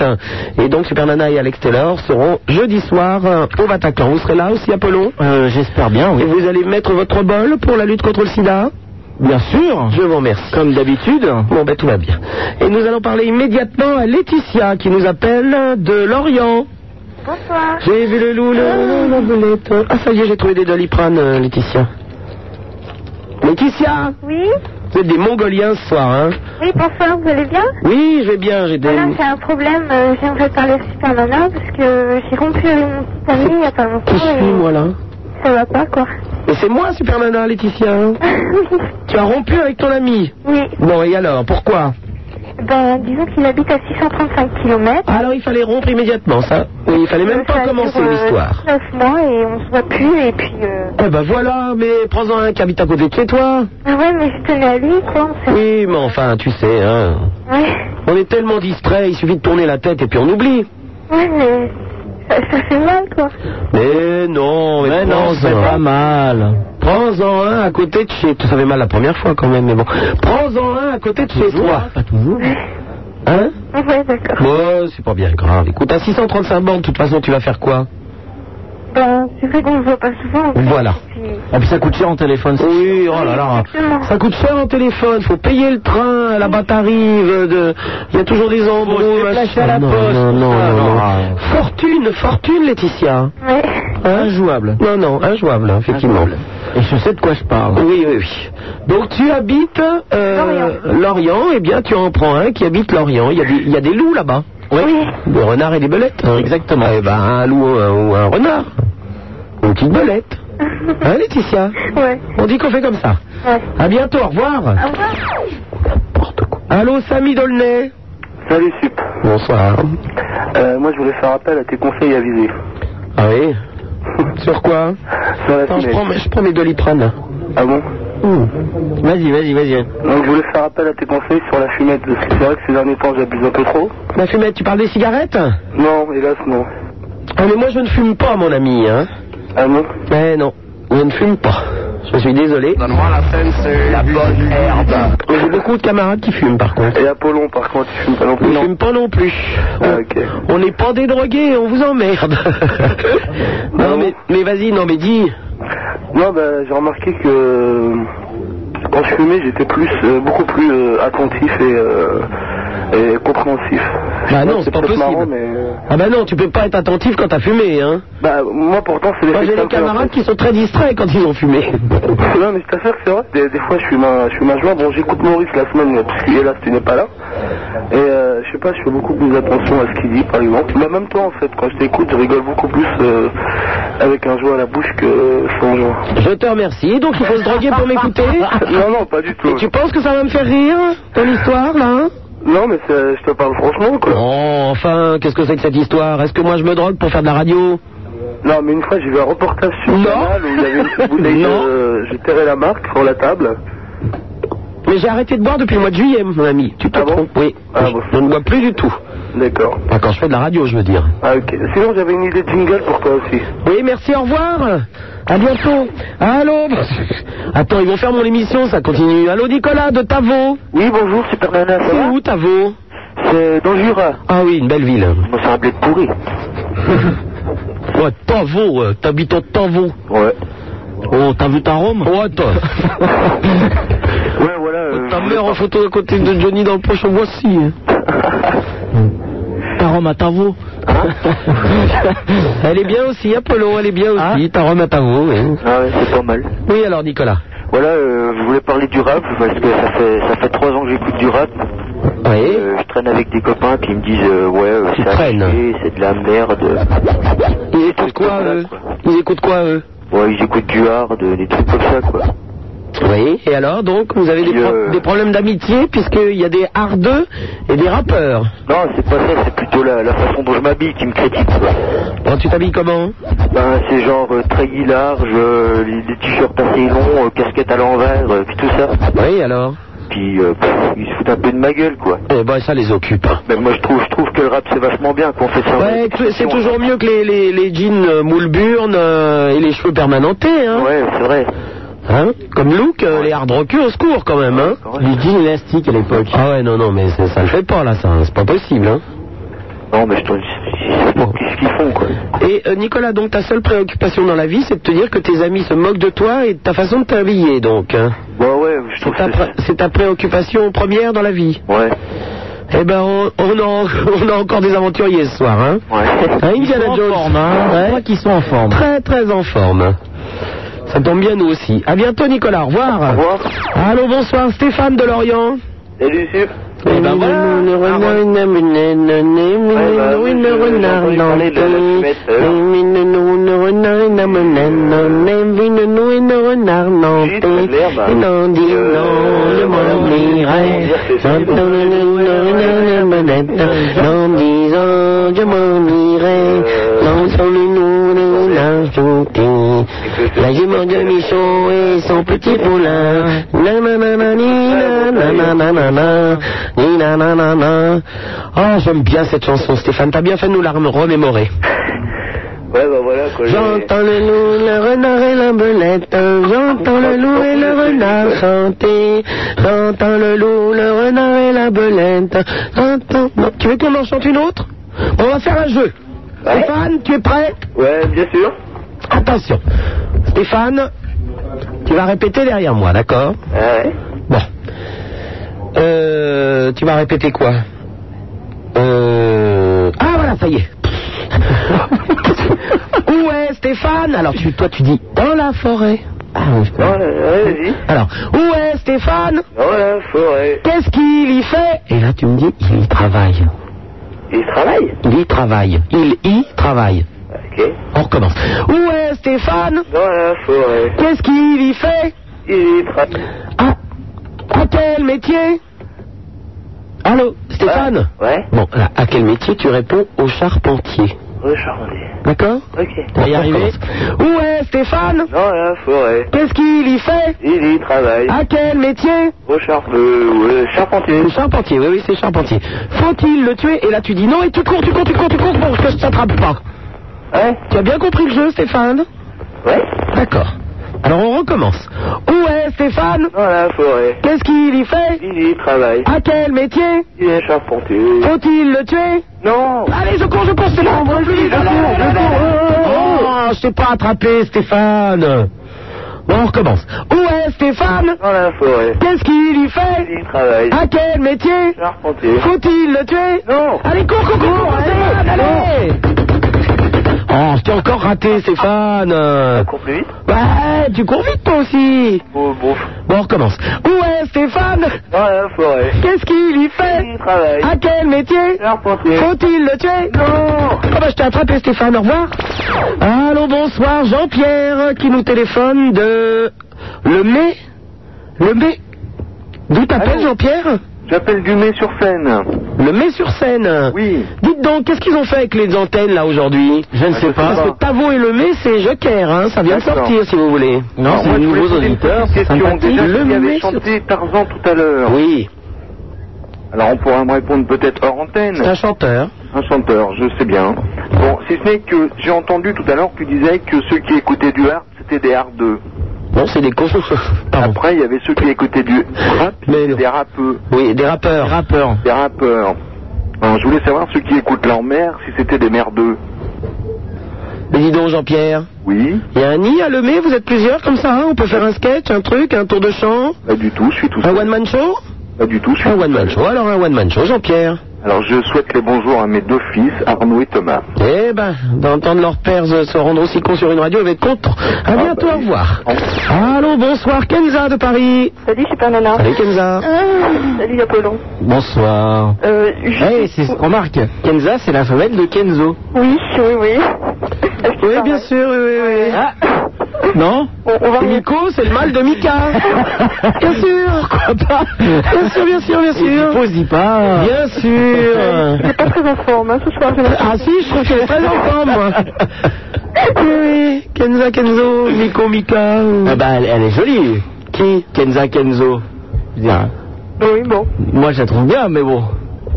[SPEAKER 2] Et donc Super Nana et Alex Taylor seront jeudi soir euh, au Bataclan. Vous serez là aussi, Apollon
[SPEAKER 3] Euh, J'espère bien,
[SPEAKER 2] Et
[SPEAKER 3] oui.
[SPEAKER 2] vous allez mettre votre bol pour la lutte contre le sida
[SPEAKER 3] Bien sûr.
[SPEAKER 2] Je vous remercie.
[SPEAKER 3] Comme d'habitude.
[SPEAKER 2] Bon, ben tout va bien. Et nous allons parler immédiatement à Laetitia qui nous appelle de Lorient.
[SPEAKER 4] Bonsoir.
[SPEAKER 2] J'ai vu le loup, le loup, la boulette. Ah, ça y est, j'ai trouvé des doliprane, euh, Laetitia. Laetitia
[SPEAKER 4] Oui,
[SPEAKER 2] Vous êtes des Mongoliens ce soir, hein
[SPEAKER 4] oui, bonsoir, vous allez bien
[SPEAKER 2] Oui, je vais bien, j'ai des...
[SPEAKER 4] Voilà, j'ai un problème, euh, j'aimerais parler au super nana parce que j'ai rompu avec mon petit ami il n'y a pas longtemps
[SPEAKER 2] Qui suis,
[SPEAKER 4] et
[SPEAKER 2] moi, là
[SPEAKER 4] ça va pas quoi.
[SPEAKER 2] Mais c'est moi, Super Nana, Laetitia. hein
[SPEAKER 4] oui,
[SPEAKER 2] tu as rompu avec ton ami. Bon, et alors, pourquoi
[SPEAKER 4] ben disons qu'il habite à 635 km.
[SPEAKER 2] Alors, il fallait rompre immédiatement, ça. Oui, il fallait même pas commencer
[SPEAKER 3] hein.
[SPEAKER 2] l'histoire.
[SPEAKER 4] 9 euh, mois et on se voit plus et puis. Euh...
[SPEAKER 2] Eh ben voilà, mais prends-en un qui habite à côté de chez toi.
[SPEAKER 4] Ah ouais, mais je tenais à lui quoi, on s'est.
[SPEAKER 2] Oui, mais enfin, tu sais, hein.
[SPEAKER 4] Ouais,
[SPEAKER 2] On est tellement distrait, il suffit de tourner la tête et puis on oublie.
[SPEAKER 4] ouais, mais ça, ça fait mal quoi.
[SPEAKER 2] Mais non, mais,
[SPEAKER 3] Mais non, c'est
[SPEAKER 2] prends-en.
[SPEAKER 3] pas mal.
[SPEAKER 2] Prends-en un à côté de chez toi. Ça fait mal la première fois quand même, mais bon. Prends-en un à côté de chez toi.
[SPEAKER 3] Pas toujours.
[SPEAKER 2] Hein
[SPEAKER 4] Ouais, d'accord.
[SPEAKER 2] Bon, c'est pas bien grave. Écoute, à 635 bandes, de toute façon, tu vas faire quoi
[SPEAKER 4] Ben c'est vrai qu'on se voit pas souvent.
[SPEAKER 2] Voilà.
[SPEAKER 4] Puis...
[SPEAKER 3] Ah, puis ça coûte cher en téléphone. ça.
[SPEAKER 2] Oui, oh là là.
[SPEAKER 4] Exactement.
[SPEAKER 2] Ça coûte cher en téléphone, faut payer le train, la batte arrive, de... il y a toujours des embrouilles,
[SPEAKER 3] se déplacer
[SPEAKER 2] machin. Ah
[SPEAKER 3] à la
[SPEAKER 2] Non,
[SPEAKER 3] poste,
[SPEAKER 2] Non,
[SPEAKER 3] tout
[SPEAKER 2] non,
[SPEAKER 3] ça,
[SPEAKER 2] non,
[SPEAKER 3] non.
[SPEAKER 2] non. Fortune, fortune, Laetitia.
[SPEAKER 4] Ouais.
[SPEAKER 2] Injouable. Hein Non, non, injouable, effectivement.
[SPEAKER 3] Injouable. Et je sais de quoi je parle.
[SPEAKER 2] Oui, oui, oui. Donc tu habites euh,
[SPEAKER 5] Lorient.
[SPEAKER 2] Lorient, eh bien tu en prends un qui habite Lorient. Il y a des, il y a des loups là-bas.
[SPEAKER 5] Oui.
[SPEAKER 2] Des renards et des belettes.
[SPEAKER 3] Exactement.
[SPEAKER 2] Eh ben un loup ou un, ou un renard. Ou une petite belette. Hein Laetitia
[SPEAKER 5] Ouais.
[SPEAKER 2] On dit qu'on fait comme ça.
[SPEAKER 5] Ouais.
[SPEAKER 2] À bientôt, au revoir.
[SPEAKER 5] Au revoir.
[SPEAKER 2] Allô, Samy Dolnay
[SPEAKER 6] Salut Sup.
[SPEAKER 2] Bonsoir.
[SPEAKER 6] Euh, moi je voulais faire appel à tes conseils avisés.
[SPEAKER 2] Ah oui Sur quoi
[SPEAKER 6] Sur la
[SPEAKER 2] Attends, je
[SPEAKER 6] finesse.
[SPEAKER 2] prends, mes- je prends mes doliprane.
[SPEAKER 6] Ah bon
[SPEAKER 3] Vas-y, vas-y, vas-y.
[SPEAKER 6] Donc je voulais faire appel à tes conseils sur la fumette, parce que c'est vrai que ces derniers temps j'abuse un peu trop.
[SPEAKER 2] La fumette, Bah, tu parles des cigarettes Ah
[SPEAKER 6] Non, hélas non.
[SPEAKER 2] mais moi je ne fume pas, mon ami. Hein.
[SPEAKER 6] Ah non
[SPEAKER 2] Mais non, je ne fume pas. Je suis désolé.
[SPEAKER 6] Donne-moi la scène, c'est la bonne herbe.
[SPEAKER 2] J'ai beaucoup de camarades qui fument par contre.
[SPEAKER 6] Et Apollon par contre, tu fumes pas non
[SPEAKER 2] Ils
[SPEAKER 6] plus
[SPEAKER 2] ne fument pas non plus.
[SPEAKER 6] Ah, ok.
[SPEAKER 2] On n'est pas des drogués, on vous emmerde. non mais, mais vas-y, non mais dis.
[SPEAKER 6] Non, bah, j'ai remarqué que euh, quand je fumais, j'étais plus, euh, beaucoup plus euh, attentif et, euh, et compréhensif. Je
[SPEAKER 2] Bah
[SPEAKER 6] sais
[SPEAKER 2] non, c'est
[SPEAKER 6] c'est
[SPEAKER 2] pas
[SPEAKER 6] peut-être
[SPEAKER 2] possible.
[SPEAKER 6] marrant, mais, euh,
[SPEAKER 2] Ah bah non, tu peux pas être attentif quand t'as fumé, hein.
[SPEAKER 6] bah, moi, pourtant, c'est
[SPEAKER 2] Moi
[SPEAKER 6] l'effet
[SPEAKER 2] j'ai des
[SPEAKER 6] que ça me fait, en
[SPEAKER 2] camarades qui sont très distraits quand ils ont fumé.
[SPEAKER 6] fait. Non, mais je t'assure que c'est vrai. Des, des fois, je fume un, je fume un joint. Bon, j'écoute Maurice la semaine, parce que hélas, tu n'es pas là. Et euh, je sais pas, je fais beaucoup plus attention à ce qu'il dit, par exemple. Mais même toi, en fait, quand je t'écoute, je rigole beaucoup plus euh, avec un joint à la bouche que euh, sans joint.
[SPEAKER 2] Je te remercie. Donc il faut se droguer pour m'écouter.
[SPEAKER 6] Non, non, pas du tout.
[SPEAKER 2] Et tu penses que ça va me faire rire, ton histoire, là hein
[SPEAKER 6] Non, mais c'est- je te parle franchement, quoi.
[SPEAKER 2] Oh, enfin, qu'est-ce que c'est que cette histoire Est-ce que moi je me drogue pour faire de la radio
[SPEAKER 6] Non, mais une fois, j'ai vu un reportage sur
[SPEAKER 2] Non.
[SPEAKER 6] le canal où il y avait une petite bouteille
[SPEAKER 2] Non.
[SPEAKER 6] de... J'ai terré la marque sur la table.
[SPEAKER 2] Mais j'ai arrêté de boire depuis le mois de juillet, mon ami. Tu te
[SPEAKER 6] Ah bon
[SPEAKER 2] trompes Oui.
[SPEAKER 6] Ah
[SPEAKER 2] je,
[SPEAKER 6] bon.
[SPEAKER 2] je ne bois plus du tout.
[SPEAKER 6] D'accord.
[SPEAKER 2] Enfin, Bah, quand je fais de la radio, je veux dire.
[SPEAKER 6] Ah, ok. Sinon, j'avais une idée de jingle pour toi aussi.
[SPEAKER 2] Oui, merci, au revoir. À bientôt. Allô Attends, ils vont faire mon émission, ça continue. Allô, Nicolas de Tavo.
[SPEAKER 6] Oui, bonjour, Super Nana,
[SPEAKER 2] C'est où Tavo
[SPEAKER 6] C'est dans le Jura.
[SPEAKER 2] Ah oui, une belle ville.
[SPEAKER 6] c'est un blé pourri.
[SPEAKER 2] Ouais, Tavo, euh, t'habites au Tavo.
[SPEAKER 6] Ouais.
[SPEAKER 2] Oh, t'as vu ta Rome Ouais, toi.
[SPEAKER 6] Ouais, voilà. euh,
[SPEAKER 2] Ta
[SPEAKER 6] je
[SPEAKER 2] mère en
[SPEAKER 6] voulais
[SPEAKER 2] photo à côté de Johnny dans le prochain hein. voici. Tarom à Tavo. elle est bien aussi, Apollo, elle est bien aussi. Tarom à Tavo, oui.
[SPEAKER 6] par- Ah ouais, c'est pas mal.
[SPEAKER 2] Oui, alors Nicolas.
[SPEAKER 6] Voilà, euh, je voulais parler du rap parce que ça fait ça fait trois ans que j'écoute du rap.
[SPEAKER 2] Oui.
[SPEAKER 6] Euh, je traîne avec des copains puis ils me disent euh, ouais euh,
[SPEAKER 2] Tu
[SPEAKER 6] c'est à
[SPEAKER 2] traînes.
[SPEAKER 6] chier, c'est de la merde.
[SPEAKER 2] Ils écoutent Euh, quoi, eux Ils écoutent quoi, eux
[SPEAKER 6] Ouais, ils écoutent du hard, des trucs comme ça quoi.
[SPEAKER 2] Oui. Et alors, donc, vous avez des,
[SPEAKER 6] Puis,
[SPEAKER 2] pro-
[SPEAKER 6] euh,
[SPEAKER 2] des problèmes d'amitié, puisqu'il y a des hardeux et des rappeurs.
[SPEAKER 6] Non, c'est pas ça, c'est plutôt la, la façon dont je m'habille qui me critique.
[SPEAKER 2] Bon, tu t'habilles comment
[SPEAKER 6] Ben, c'est genre euh, treillis large, euh, les, les t-shirts assez longs, euh, casquette à l'envers, euh, puis tout ça.
[SPEAKER 2] Oui, alors
[SPEAKER 6] Puis euh, pff, ils se foutent un peu de ma gueule, quoi.
[SPEAKER 2] Eh ben, ça les occupe.
[SPEAKER 6] Mais moi, je trouve, je trouve que le rap c'est vachement bien qu'on fait ça. en
[SPEAKER 2] Ouais,
[SPEAKER 6] répétition.
[SPEAKER 2] c'est toujours mieux que les, les, les jeans euh, moule-burne euh, et les cheveux permanentés, hein.
[SPEAKER 6] Ouais, c'est vrai.
[SPEAKER 2] Hein Comme look, euh, les hard rockers au secours quand même, hein
[SPEAKER 6] Ouais,
[SPEAKER 2] Les jeans élastiques à l'époque. Ah ouais, non, non, mais c'est- ça le fait pas là, ça, c'est pas possible, hein
[SPEAKER 6] Non, mais je trouve, qu'est-ce qu'ils font, quoi.
[SPEAKER 2] Et euh, Nicolas, donc ta seule préoccupation dans la vie, c'est de te dire que tes amis se moquent de toi et de ta façon de t'habiller, donc. hein.
[SPEAKER 6] Bah Ouais, ouais, je
[SPEAKER 2] C'est
[SPEAKER 6] trouve
[SPEAKER 2] ta,
[SPEAKER 6] que
[SPEAKER 2] pré- c'est ta préoccupation première dans la vie.
[SPEAKER 6] Ouais,
[SPEAKER 2] Eh ben, on, on a, en- on a encore des aventuriers ce soir, hein
[SPEAKER 6] ouais.
[SPEAKER 2] Hein, Indiana
[SPEAKER 3] en
[SPEAKER 2] Jones.
[SPEAKER 3] forme, hein.
[SPEAKER 2] Ouais.
[SPEAKER 3] Je crois qu'ils sont en forme.
[SPEAKER 2] Très, très en forme. Ça tombe bien, nous aussi. À bientôt, Nicolas. Au revoir.
[SPEAKER 6] Au revoir.
[SPEAKER 2] Allô, bonsoir, Stéphane de Lorient.
[SPEAKER 6] Salut, Sup.
[SPEAKER 2] Eh ben voilà. Ah ouais.
[SPEAKER 6] oui, j'ai entendu parler de la fumette, Juste de l'herbe, hein. Euh,
[SPEAKER 2] Dans dix ans, je m'en irai dans son îlot de l'Argentine. La jument de Michon et son petit poulain. Na na na na ni na na na na na na ni na na na na. Oh, j'aime bien cette chanson, Stéphane. T'as bien fait de nous la rem- remémorer.
[SPEAKER 6] Ouais, bah voilà, quoi. j'ai-
[SPEAKER 2] J'entends le loup, le renard et la belette. J'entends le loup et le renard chanter. J'entends le loup, le renard et la belette. J'entends- Non, Tu veux qu'on en chante une autre On va faire un jeu.
[SPEAKER 6] Ouais.
[SPEAKER 2] Stéphane, tu es prêt
[SPEAKER 6] Ouais, bien sûr.
[SPEAKER 2] Attention. Stéphane, tu vas répéter derrière moi, d'accord
[SPEAKER 6] Ah Ouais.
[SPEAKER 2] Bon. Euh, tu vas répéter quoi Euh... Ah voilà, ça y est. Où est Stéphane Alors tu, toi tu dis dans la forêt. Ah oui, je
[SPEAKER 6] Ouais,
[SPEAKER 2] connais.
[SPEAKER 6] ouais, vas-y.
[SPEAKER 2] Alors, où est Stéphane
[SPEAKER 6] Ouais, forêt.
[SPEAKER 2] Qu'est-ce qu'il y fait Et là, tu me dis, il y travaille.
[SPEAKER 6] Il travaille
[SPEAKER 2] Il y travaille. Il y travaille.
[SPEAKER 6] Ok.
[SPEAKER 2] On recommence. Où est Stéphane
[SPEAKER 6] Dans la forêt.
[SPEAKER 2] Qu'est-ce qu'il y fait
[SPEAKER 6] Il travaille.
[SPEAKER 2] à, à quel métier Ah. Allô, Stéphane
[SPEAKER 6] Ah, Ouais.
[SPEAKER 2] Bon, là, à quel métier tu réponds au charpentier
[SPEAKER 6] Au charpentier.
[SPEAKER 2] D'accord
[SPEAKER 6] Ok.
[SPEAKER 2] On va y arriver. Où est Stéphane
[SPEAKER 6] Dans la forêt.
[SPEAKER 2] Qu'est-ce qu'il y fait
[SPEAKER 6] Il y travaille.
[SPEAKER 2] À quel métier
[SPEAKER 6] Au char... euh, ouais, charpentier.
[SPEAKER 2] Le charpentier, oui, oui, c'est charpentier. Faut-il le tuer Et là, tu dis non, et tu cours, tu cours, tu cours, tu cours pour que je t'attrape pas.
[SPEAKER 6] Ouais.
[SPEAKER 2] Tu as bien compris le jeu, Stéphane
[SPEAKER 6] Hein? Ouais.
[SPEAKER 2] D'accord. Alors, on recommence. Où est Stéphane
[SPEAKER 6] Dans la forêt.
[SPEAKER 2] Qu'est-ce qu'il y fait
[SPEAKER 6] Il y travaille.
[SPEAKER 2] À quel métier
[SPEAKER 6] Il est charpentier.
[SPEAKER 2] Faut-il le tuer
[SPEAKER 6] Non.
[SPEAKER 2] Allez, je cours, je cours, c'est bon, vas-y, je cours, je cours. Oh, je t'ai pas attrapé, Stéphane. Bon, on recommence. Où est Stéphane
[SPEAKER 6] Dans la forêt.
[SPEAKER 2] Qu'est-ce qu'il y fait
[SPEAKER 6] Il y travaille.
[SPEAKER 2] À quel métier
[SPEAKER 6] Charpentier.
[SPEAKER 2] Faut-il le tuer
[SPEAKER 6] Non.
[SPEAKER 2] Allez, cours, cours, cours, cours, Stéphane, allez Oh, je t'ai encore raté, Stéphane.
[SPEAKER 6] Ça court plus vite.
[SPEAKER 2] Ouais, tu cours vite, toi aussi.
[SPEAKER 6] Oh, bon.
[SPEAKER 2] Bon, on recommence. Où est Stéphane
[SPEAKER 6] Dans la forêt.
[SPEAKER 2] Qu'est-ce qu'il y
[SPEAKER 6] Il
[SPEAKER 2] fait
[SPEAKER 6] y travaille.
[SPEAKER 2] À quel métier
[SPEAKER 6] Charpentier.
[SPEAKER 2] faut-il le tuer Non Ah bah je t'ai attrapé Stéphane, au revoir. Allô, bonsoir, Jean-Pierre qui nous téléphone de... Le mai Le mai D'où t'appelles
[SPEAKER 6] Allô
[SPEAKER 2] Jean-Pierre
[SPEAKER 6] J'appelle Dumais sur scène.
[SPEAKER 2] Le mai sur scène
[SPEAKER 6] Oui.
[SPEAKER 2] Dites donc, qu'est-ce qu'ils ont fait avec les antennes là aujourd'hui Je ne
[SPEAKER 6] sais pas.
[SPEAKER 2] Parce que Pavot et le mai c'est Joker, hein, ça vient de
[SPEAKER 6] D'accord.
[SPEAKER 2] sortir si vous voulez.
[SPEAKER 6] Alors, moi, je voulais poser une petite Question.
[SPEAKER 2] sympathique.
[SPEAKER 6] Déjà,
[SPEAKER 2] Le
[SPEAKER 6] il y
[SPEAKER 2] mai
[SPEAKER 6] avait
[SPEAKER 2] sur-
[SPEAKER 6] chanté Tarzan tout à l'heure.
[SPEAKER 2] Oui,
[SPEAKER 6] Alors, on pourra me répondre peut-être hors antenne.
[SPEAKER 2] c'est un chanteur.
[SPEAKER 6] Un chanteur, je sais bien. Bon, si ce n'est que j'ai entendu tout à l'heure que tu disais que ceux qui écoutaient du harp, c'était des harp 2.
[SPEAKER 2] Bon, c'est des cons. Pardon.
[SPEAKER 6] Après, il y avait ceux qui écoutaient du rap,
[SPEAKER 2] Mais non.
[SPEAKER 6] des rappeux,
[SPEAKER 2] Oui, des rappeurs. rappeurs.
[SPEAKER 6] des rappeurs. Alors, je voulais savoir ceux qui écoutent leur mère, si c'était des merdeux.
[SPEAKER 2] Mais dis donc Jean-Pierre.
[SPEAKER 6] Oui,
[SPEAKER 2] Il y a un nid à Lemay, vous êtes plusieurs comme ça, hein on peut faire un sketch, un truc, un tour de chant,
[SPEAKER 6] pas du tout, je suis tout
[SPEAKER 2] un
[SPEAKER 6] seul.
[SPEAKER 2] one-man show
[SPEAKER 6] Pas du tout, je suis
[SPEAKER 2] Un
[SPEAKER 6] tout
[SPEAKER 2] one-man
[SPEAKER 6] seul.
[SPEAKER 2] show, alors un one-man show, Jean-Pierre.
[SPEAKER 6] Alors, je souhaite les bonjours à mes deux fils, Arnaud et Thomas.
[SPEAKER 2] Eh ben, d'entendre leurs pères euh, se rendre aussi cons sur une radio, ils vont être contents. À bientôt,
[SPEAKER 6] bah
[SPEAKER 2] au
[SPEAKER 6] oui.
[SPEAKER 2] revoir.
[SPEAKER 6] Au revoir.
[SPEAKER 2] Allô, bonsoir, Kenza de Paris.
[SPEAKER 5] Salut Super Nana.
[SPEAKER 2] Salut Kenza.
[SPEAKER 5] Salut Apollon.
[SPEAKER 2] Bonsoir.
[SPEAKER 5] Euh, je-
[SPEAKER 2] Eh, c'est ce qu'on marque. Kenza, c'est la femelle de Kenzo.
[SPEAKER 5] Oui, oui, oui. Est-ce que
[SPEAKER 2] Oui,
[SPEAKER 5] ça
[SPEAKER 2] bien
[SPEAKER 5] va
[SPEAKER 2] sûr, oui, oui, oui. Ah, non
[SPEAKER 5] On, on va mieux.
[SPEAKER 2] Nico, c'est le mal de Mika. bien sûr. Pourquoi pas Bien sûr, bien sûr, bien sûr.
[SPEAKER 3] Pose-y pas.
[SPEAKER 2] Bien sûr.
[SPEAKER 5] C'est pas très en forme hein, ce soir. j'ai l'impression.
[SPEAKER 2] Ah si, je trouve qu'elle est très en forme, moi. Oui, oui. Kenza Kenzo, Miko Mika. ou-
[SPEAKER 3] Ah bah, elle, elle est jolie.
[SPEAKER 2] Qui
[SPEAKER 3] Kenza Kenzo. Je veux dire,
[SPEAKER 5] Oui, bon.
[SPEAKER 3] Moi, je la trouve bien, mais bon.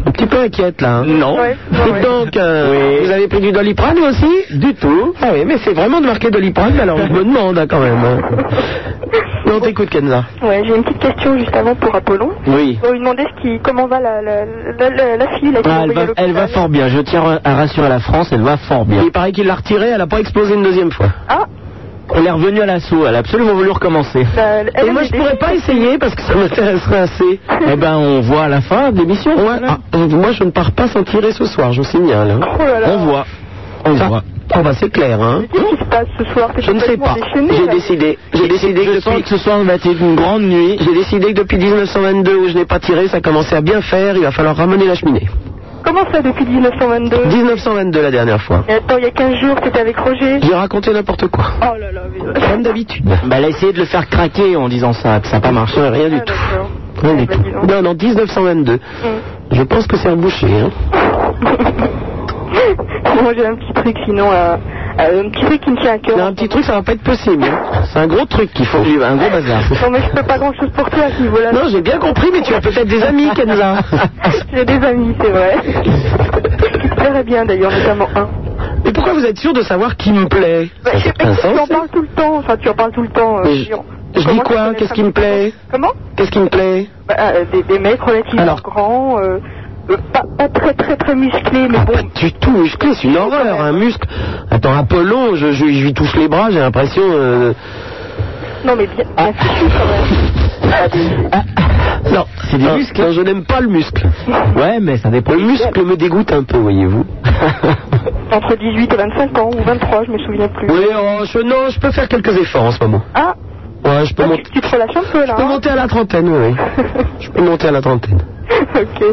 [SPEAKER 2] Un petit peu inquiète, là. hein.
[SPEAKER 3] Non.
[SPEAKER 5] Ouais, ouais,
[SPEAKER 2] Dites
[SPEAKER 5] ouais.
[SPEAKER 2] donc, euh,
[SPEAKER 3] Oui.
[SPEAKER 2] vous avez pris du doliprane, vous aussi
[SPEAKER 3] Du tout.
[SPEAKER 2] Ah oui, mais c'est vraiment de marquer doliprane, alors je me demande, hein, quand même. hein. Non, t'écoutes, Kenza.
[SPEAKER 5] Ouais, j'ai une petite question juste avant pour Apollon.
[SPEAKER 3] Oui.
[SPEAKER 5] On va lui demander ce qui, comment va la, la, la, la- la fille. là, qui est
[SPEAKER 3] Ah, elle,
[SPEAKER 5] envoyée
[SPEAKER 3] va,
[SPEAKER 5] à
[SPEAKER 3] elle va
[SPEAKER 5] l'hôpital.
[SPEAKER 3] fort bien. Je tiens à rassurer la France, elle va fort bien.
[SPEAKER 2] Il paraît qu'il l'a retirée, elle a pas explosé une deuxième fois.
[SPEAKER 5] Ah,
[SPEAKER 3] Elle est revenue à l'assaut. Elle a absolument voulu recommencer.
[SPEAKER 5] bah, elle
[SPEAKER 2] Et
[SPEAKER 5] elle
[SPEAKER 2] moi,
[SPEAKER 5] a
[SPEAKER 2] je
[SPEAKER 5] des-
[SPEAKER 2] pourrais pas essayer parce que ça m'intéresserait assez.
[SPEAKER 3] eh ben, on voit à la fin de l'émission.
[SPEAKER 2] Ouais, ah, euh, moi, je ne pars pas sans tirer ce soir, je vous signale. hein.
[SPEAKER 5] Oh là là.
[SPEAKER 2] On voit. On voit. Oh, bah, c'est clair, hein.
[SPEAKER 5] Qu'est-ce qui se passe ce soir
[SPEAKER 2] Je ne sais pas. J'ai décidé. J'ai décidé que
[SPEAKER 3] Je sens
[SPEAKER 2] depuis...
[SPEAKER 3] que ce soir va être une grande nuit.
[SPEAKER 2] J'ai décidé que depuis 1922 où je n'ai pas tiré, ça commençait à bien faire, il va falloir ramener la cheminée.
[SPEAKER 5] Comment ça depuis 1922
[SPEAKER 2] 1922 la dernière fois.
[SPEAKER 5] Et Attends, il y a 15 jours, t'étais avec Roger.
[SPEAKER 2] J'ai raconté n'importe quoi.
[SPEAKER 5] Oh là là, mais...
[SPEAKER 2] Comme d'habitude.
[SPEAKER 3] Bah, elle a essayé de le faire craquer en disant ça, que ça n'a pas marché.
[SPEAKER 2] Ouais, rien
[SPEAKER 5] Ah,
[SPEAKER 2] du tout.
[SPEAKER 5] d'accord.
[SPEAKER 2] Rien
[SPEAKER 5] Ah,
[SPEAKER 2] du
[SPEAKER 5] bah,
[SPEAKER 2] tout.
[SPEAKER 5] dis donc.
[SPEAKER 2] Non, non, 1922. Je pense que c'est un boucher. hein.
[SPEAKER 5] Moi j'ai un petit truc sinon, euh, euh, un petit truc qui me tient à cœur.
[SPEAKER 2] Non, un petit truc, ça va pas être possible. hein. C'est un gros truc qu'il faut. Un gros bazar.
[SPEAKER 5] Non mais je peux pas grand chose pour toi à ce niveau-là.
[SPEAKER 2] Non, j'ai bien compris, mais tu as peut-être des amis, Kenza.
[SPEAKER 5] J'ai des amis, c'est vrai. Qui me plairait bien d'ailleurs, notamment un.
[SPEAKER 2] Mais pourquoi vous êtes sûr de savoir qui me plaît
[SPEAKER 5] Bah, je sais pas
[SPEAKER 2] un
[SPEAKER 5] si tu
[SPEAKER 2] sens,
[SPEAKER 5] en
[SPEAKER 2] ça.
[SPEAKER 5] parles tout le temps, enfin tu en parles tout le temps. euh,
[SPEAKER 2] Mais je-
[SPEAKER 5] Lyon.
[SPEAKER 2] je dis quoi
[SPEAKER 5] Comment tu connais
[SPEAKER 2] Qu'est-ce
[SPEAKER 5] ça
[SPEAKER 2] qui me plaît
[SPEAKER 5] Comment
[SPEAKER 2] Qu'est-ce qui me plaît
[SPEAKER 5] Bah, euh, des, des mecs relativement
[SPEAKER 2] Alors.
[SPEAKER 5] grands, euh, euh, pas, pas très très très musclés, mais
[SPEAKER 2] Ah,
[SPEAKER 5] bon.
[SPEAKER 2] pas du tout musclé, c'est une horreur, un muscle. Attends, Apollon, je, je, je lui touche les bras, j'ai l'impression. euh, Ah.
[SPEAKER 5] Non mais bien, bien fichu quand même. Ah, des-
[SPEAKER 2] Non, c'est des muscles. je n'aime pas le muscle.
[SPEAKER 3] Ouais, mais ça dépend.
[SPEAKER 2] Le muscle me dégoûte un peu, voyez-vous.
[SPEAKER 5] Entre 18 et 25 ans, ou 23, je me souviens plus.
[SPEAKER 2] oui, oh, je, non, je peux faire quelques efforts en ce moment.
[SPEAKER 5] Ah,
[SPEAKER 2] ben, je peux,
[SPEAKER 4] Toi,
[SPEAKER 2] monter,
[SPEAKER 4] tu, tu prends la chance, toi, là.
[SPEAKER 2] je peux monter à la trentaine, oui. oui. je peux monter à la trentaine.
[SPEAKER 4] hein ok.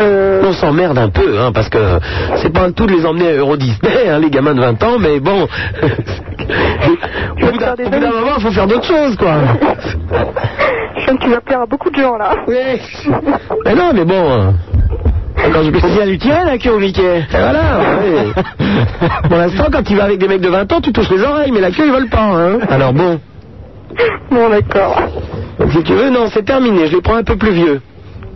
[SPEAKER 4] Euh,
[SPEAKER 2] On s'emmerde un peu, hein, parce que c'est pas un tout de les emmener à Euro Disney, hein, les gamins de 20 ans, mais bon. au bout d'un au bout d'un moment, il faut faire d'autres choses, quoi.
[SPEAKER 4] je sens que tu vas plaire à beaucoup de gens, là.
[SPEAKER 2] Oui. Mais non, mais bon. euh, Quand je
[SPEAKER 3] C'est bien utile,
[SPEAKER 2] hein,
[SPEAKER 3] la queue au Mickey.
[SPEAKER 2] Et voilà, oui. Pour l'instant, quand tu vas avec des mecs de 20 ans, tu touches les oreilles, mais la queue, ils veulent pas, hein. Alors bon.
[SPEAKER 4] Bon, d'accord.
[SPEAKER 2] Donc, si tu veux, non, c'est terminé. Je les prends un peu plus vieux.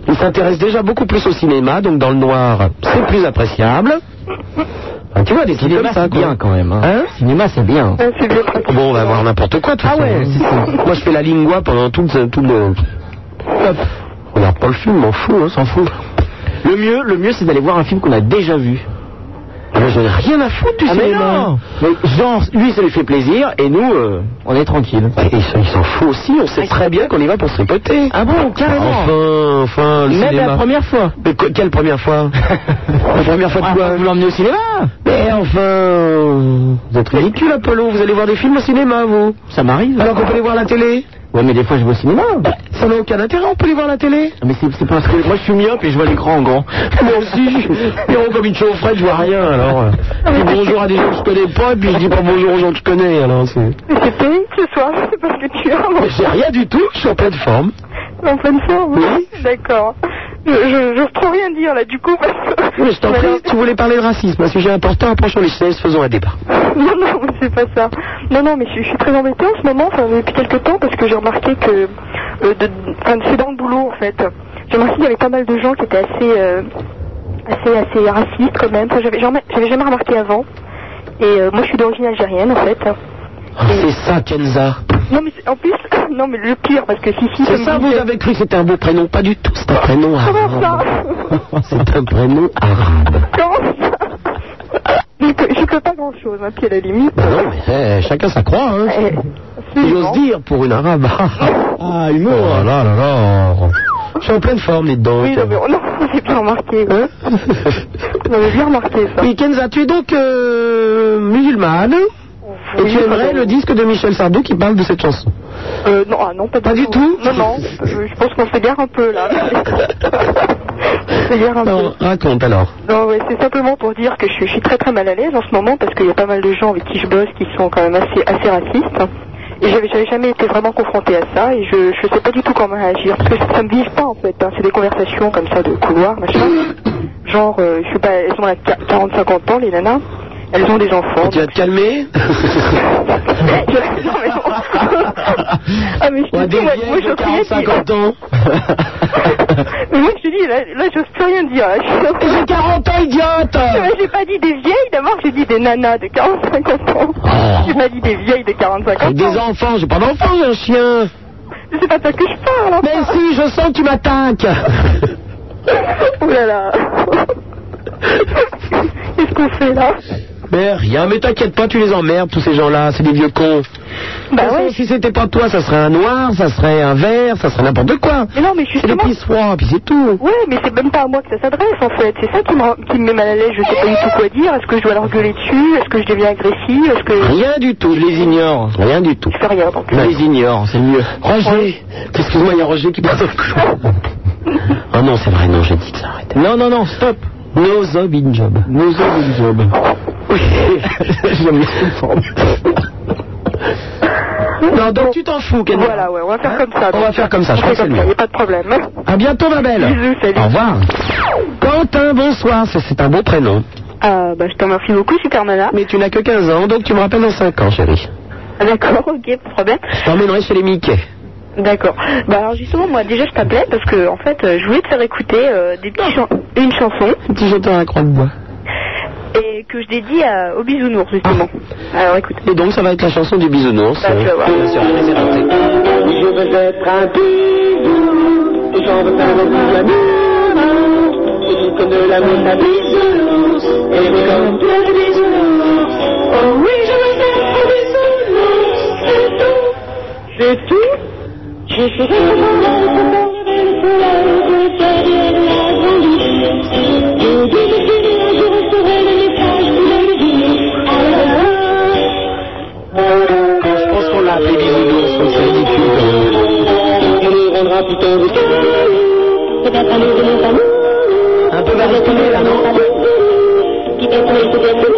[SPEAKER 2] Ils s'intéressent déjà beaucoup plus au cinéma, donc dans le noir, c'est plus appréciable. Enfin, tu vois, des films comme
[SPEAKER 3] Cinéma,
[SPEAKER 2] ça,
[SPEAKER 3] c'est
[SPEAKER 2] quoi.
[SPEAKER 3] bien quand même. Hein.
[SPEAKER 2] Hein
[SPEAKER 3] Cinéma, c'est bien.
[SPEAKER 4] Euh, c'est bien pratique.
[SPEAKER 2] Bon, on va voir n'importe quoi, de toute
[SPEAKER 3] Ah
[SPEAKER 2] façon.
[SPEAKER 3] ouais, c'est ça.
[SPEAKER 2] Moi, je fais la lingua pendant tout le... Tout le... Hop. On regarde pas le film, m'en fout, hein, s'en fout.
[SPEAKER 3] Le mieux, le mieux, c'est d'aller voir un film qu'on a déjà vu.
[SPEAKER 2] Ah, mais J'en ai rien à foutre du
[SPEAKER 3] Ah, mais
[SPEAKER 2] cinéma.
[SPEAKER 3] non Mais Genre, lui, ça lui fait plaisir, et nous, euh, on est tranquille.
[SPEAKER 2] Et ils Bah, s'en- ils s'en foutent aussi, on sait très bien qu'on y va pour se tripoter.
[SPEAKER 3] Ah bon, carrément
[SPEAKER 2] Enfin, enfin, le
[SPEAKER 3] Même
[SPEAKER 2] cinéma.
[SPEAKER 3] la première fois.
[SPEAKER 2] Mais que- quelle première fois La première fois de
[SPEAKER 3] Ah,
[SPEAKER 2] quoi
[SPEAKER 3] Vous l'emmenez au cinéma
[SPEAKER 2] Mais enfin, vous êtes ridicule, Apollo, vous allez voir des films au cinéma, vous.
[SPEAKER 3] Ça m'arrive.
[SPEAKER 2] Alors qu'on peut les voir à la télé
[SPEAKER 3] Ouais, mais des fois, je vais au cinéma.
[SPEAKER 2] Bah, Ça n'a aucun intérêt, on peut les voir à la télé
[SPEAKER 3] Mais c'est c'est parce que moi, je suis myope et je vois l'écran en grand.
[SPEAKER 2] Moi aussi, je suis comme une chaufferette, je vois rien, alors. euh, Je dis bonjour à des gens que je connais pas, et puis je dis pas bonjour aux gens que je connais, alors c'est...
[SPEAKER 4] Mais c'est terrible ce soir, c'est parce que tu as
[SPEAKER 2] Mais j'ai rien du tout, je suis en pleine forme.
[SPEAKER 4] en pleine forme.
[SPEAKER 2] Oui.
[SPEAKER 4] D'accord. Je, je, je trouve rien dire, là, du coup, parce que...
[SPEAKER 2] Mais je t'en prie, tu voulais parler de racisme, un sujet important, approchons les chaises, faisons un débat.
[SPEAKER 4] Non, non, mais c'est pas ça. Non, non, mais je, je suis très embêtée en ce moment, enfin, depuis quelques temps, parce que j'ai remarqué que. euh, de, enfin, c'est dans le boulot, en fait. J'ai remarqué qu'il y avait pas mal de gens qui étaient assez. euh, assez, assez racistes, quand même. Enfin, j'avais jamais, j'avais jamais remarqué avant. Et euh, moi, je suis d'origine algérienne, en fait.
[SPEAKER 2] Ah, C'est ça, Kenza.
[SPEAKER 4] hein. Non, mais c'est- en plus, non, mais le pire, parce que si, si.
[SPEAKER 2] C'est
[SPEAKER 4] comme
[SPEAKER 2] ça,
[SPEAKER 4] dit-
[SPEAKER 2] vous avez cru que c'était un beau prénom Pas du tout, c'est un prénom
[SPEAKER 4] Comment ça
[SPEAKER 2] arabe. C'est un prénom arabe.
[SPEAKER 4] Comment ça Je peux- je peux pas grand chose, hein, puis à la limite.
[SPEAKER 2] Ben non, mais eh, chacun sa croix, hein.
[SPEAKER 4] eh,
[SPEAKER 2] J'ose
[SPEAKER 4] absolument.
[SPEAKER 2] dire pour une arabe.
[SPEAKER 3] Ah,
[SPEAKER 2] Oh là là là là. Je suis en pleine forme, les dents.
[SPEAKER 4] Oui, non, mais non, j'ai bien remarqué.
[SPEAKER 2] Hein
[SPEAKER 4] Vous avez bien remarqué ça.
[SPEAKER 2] Oui, Kenza, tu es donc euh, musulmane et
[SPEAKER 4] Oui,
[SPEAKER 2] tu aimerais
[SPEAKER 4] pardon.
[SPEAKER 2] le disque de Michel Sardou qui parle de cette chanson.
[SPEAKER 4] Euh, non, ah, non, pas,
[SPEAKER 2] Pas du tout
[SPEAKER 4] Non, non, je, je pense qu'on s'égare un peu là. on s'égare un
[SPEAKER 2] Alors, raconte alors.
[SPEAKER 4] peu. Non, ouais, c'est simplement pour dire que je, suis- je suis très très mal à l'aise en ce moment parce qu'il y a pas mal de gens avec qui je bosse qui sont quand même assez, assez racistes. Et j'avais, j'avais jamais été vraiment confrontée à ça et je, je sais pas du tout comment réagir parce que ça, ça me vise pas en fait. hein. C'est des conversations comme ça de couloir, machin. Genre, euh, je sais pas, elles ont la qua- 40-50 ans les nanas. Elles ont des enfants.
[SPEAKER 2] Tu vas te calmer
[SPEAKER 4] Je- non, mais bon. ah mais je
[SPEAKER 2] Ouais,
[SPEAKER 4] te dis,
[SPEAKER 2] des
[SPEAKER 4] moi,
[SPEAKER 2] vieilles
[SPEAKER 4] moi
[SPEAKER 2] de
[SPEAKER 4] je
[SPEAKER 2] 40, 50 ans.
[SPEAKER 4] hein. Mais moi, je te dis, là, là j'ose plus rien dire. là. Je-
[SPEAKER 2] J'ai 40 ans,
[SPEAKER 4] Ouais,
[SPEAKER 2] idiote
[SPEAKER 4] J'ai pas dit des vieilles, d'abord j'ai dit des nanas de 40-50 ans.
[SPEAKER 2] Oh.
[SPEAKER 4] J'ai pas dit des vieilles de 45 ans.
[SPEAKER 2] Avec des enfants, j'ai pas d'enfants, j'ai un chien.
[SPEAKER 4] C'est pas ça que je parle. enfin.
[SPEAKER 2] Mais si, je sens que tu m'attaques.
[SPEAKER 4] Ouh là là. Qu'est-ce qu'on fait là
[SPEAKER 2] Mais rien, mais t'inquiète pas, tu les emmerdes, tous ces gens-là, c'est des vieux cons.
[SPEAKER 4] Bah
[SPEAKER 2] De toute façon,
[SPEAKER 4] ouais.
[SPEAKER 2] Si c'était pas toi, ça serait un noir, ça serait un vert, ça serait n'importe quoi.
[SPEAKER 4] Mais non, mais
[SPEAKER 2] C'est des
[SPEAKER 4] justement.
[SPEAKER 2] petits soins, puis c'est tout.
[SPEAKER 4] Ouais, mais c'est même pas à moi que ça s'adresse en fait. C'est ça qui me, rend- qui me met mal à l'aise. Je sais pas du tout quoi dire. Est-ce que je dois leur gueuler dessus Est-ce que je deviens agressive Est-ce que
[SPEAKER 2] Rien du tout, je les ignore. Rien du tout.
[SPEAKER 4] je fais rien donc. euh,
[SPEAKER 2] Je les ignore, c'est mieux. Roger Excuse-moi, il y a Roger qui passe au couloir. oh non, c'est vrai, non, j'ai dit que ça arrêtait.
[SPEAKER 3] Non, non, non, stop.
[SPEAKER 2] No job in job.
[SPEAKER 3] Nous avons une job.
[SPEAKER 2] Oui, j'aime les formes. Non, donc tu t'en fous, Kenny.
[SPEAKER 4] Voilà, ouais, on va faire comme ça.
[SPEAKER 2] Hein On va faire comme ça, je
[SPEAKER 4] On fait
[SPEAKER 2] crois que c'est
[SPEAKER 4] comme
[SPEAKER 2] le
[SPEAKER 4] ça, y
[SPEAKER 2] mieux.
[SPEAKER 4] a pas de problème.
[SPEAKER 2] À bientôt, ma belle.
[SPEAKER 4] Bisous, salut.
[SPEAKER 2] Au revoir. Quentin, bonsoir. Ça, C'est un beau prénom.
[SPEAKER 5] Ah, bah, je te remercie beaucoup, Supermana.
[SPEAKER 2] Mais tu n'as que 15 ans, donc tu me rappelles dans 5 ans, chérie.
[SPEAKER 5] Ah, D'accord, ok, pas de problème.
[SPEAKER 2] Je t'emmènerai chez les Mickey.
[SPEAKER 5] D'accord. Bah, alors, justement, moi, déjà, je t'appelais parce que, en fait, euh, je voulais te faire écouter euh, des petits chan- une chanson
[SPEAKER 2] Petit jeton à la croix de bois.
[SPEAKER 5] et que je dédie à,
[SPEAKER 4] euh,
[SPEAKER 5] au bisounours, justement. Ah. Alors, écoute.
[SPEAKER 2] Et donc, ça va être la chanson du bisounours.
[SPEAKER 5] Bah, tu vas voir.
[SPEAKER 2] euh, sur la maison hantée.
[SPEAKER 7] Je veux être un bisou, et j'en veux faire un petit amour. J'ai comme de la mousse à bisounours, et j'ai comme plein de bisounours. Oh oui, je veux faire un bisounours, c'est tout. C'est tout Je suis
[SPEAKER 2] Je pense qu'on l'a appelé bisounours, donc c'est ridicule.
[SPEAKER 7] Oh putain de caillou, c'est un salaud de mon salaud. Un peu vers le tunnel, un an. Qui fait tourner, qui fait tourner.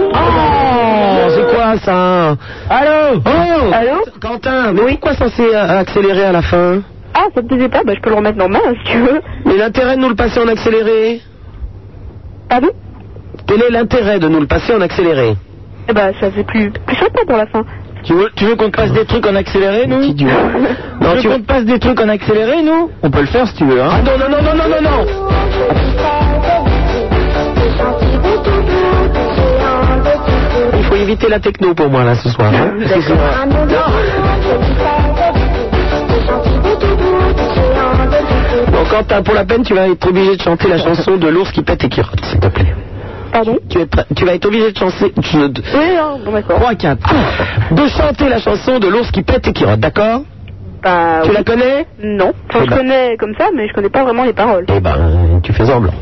[SPEAKER 2] Oh, c'est quoi ça Allô Oh
[SPEAKER 4] Allô
[SPEAKER 2] Quentin, mais pourquoi censé euh, accélérer à la fin
[SPEAKER 4] Ah, ça te plaisait pas Bah, je peux le remettre en main hein, si tu veux.
[SPEAKER 2] Mais l'intérêt de nous le passer en accéléré
[SPEAKER 4] Pardon
[SPEAKER 2] Quel est l'intérêt de nous le passer en accéléré
[SPEAKER 4] Eh bah, ça c'est plus, plus sympa pour la fin.
[SPEAKER 3] Tu veux, tu veux qu'on te passe des trucs en accéléré, nous
[SPEAKER 2] Idiot.
[SPEAKER 3] Non,
[SPEAKER 2] Non,
[SPEAKER 3] tu
[SPEAKER 2] tu-
[SPEAKER 3] veux qu'on te passe des trucs en accéléré, nous On peut le faire si tu veux, hein.
[SPEAKER 2] Ah non, non, non, non, non, non, non Il faut éviter la techno pour moi là ce soir. hein. Parce que c'est- Bon, Quentin, pour la peine, tu vas être obligé de chanter la chanson de l'ours qui pète et qui rote, s'il te plaît.
[SPEAKER 4] Pardon
[SPEAKER 2] Tu, es prêt- tu vas être obligé de chanter. de-
[SPEAKER 4] Oui, hein, bon d'accord.
[SPEAKER 2] 3, 4. De chanter la chanson de l'ours qui pète et qui rote, d'accord
[SPEAKER 4] Bah,
[SPEAKER 2] Tu
[SPEAKER 4] oui.
[SPEAKER 2] la connais
[SPEAKER 4] Non. Enfin,
[SPEAKER 2] Eh
[SPEAKER 4] je
[SPEAKER 2] ben.
[SPEAKER 4] connais comme ça, mais je connais pas vraiment les paroles.
[SPEAKER 2] Eh ben, tu fais semblant.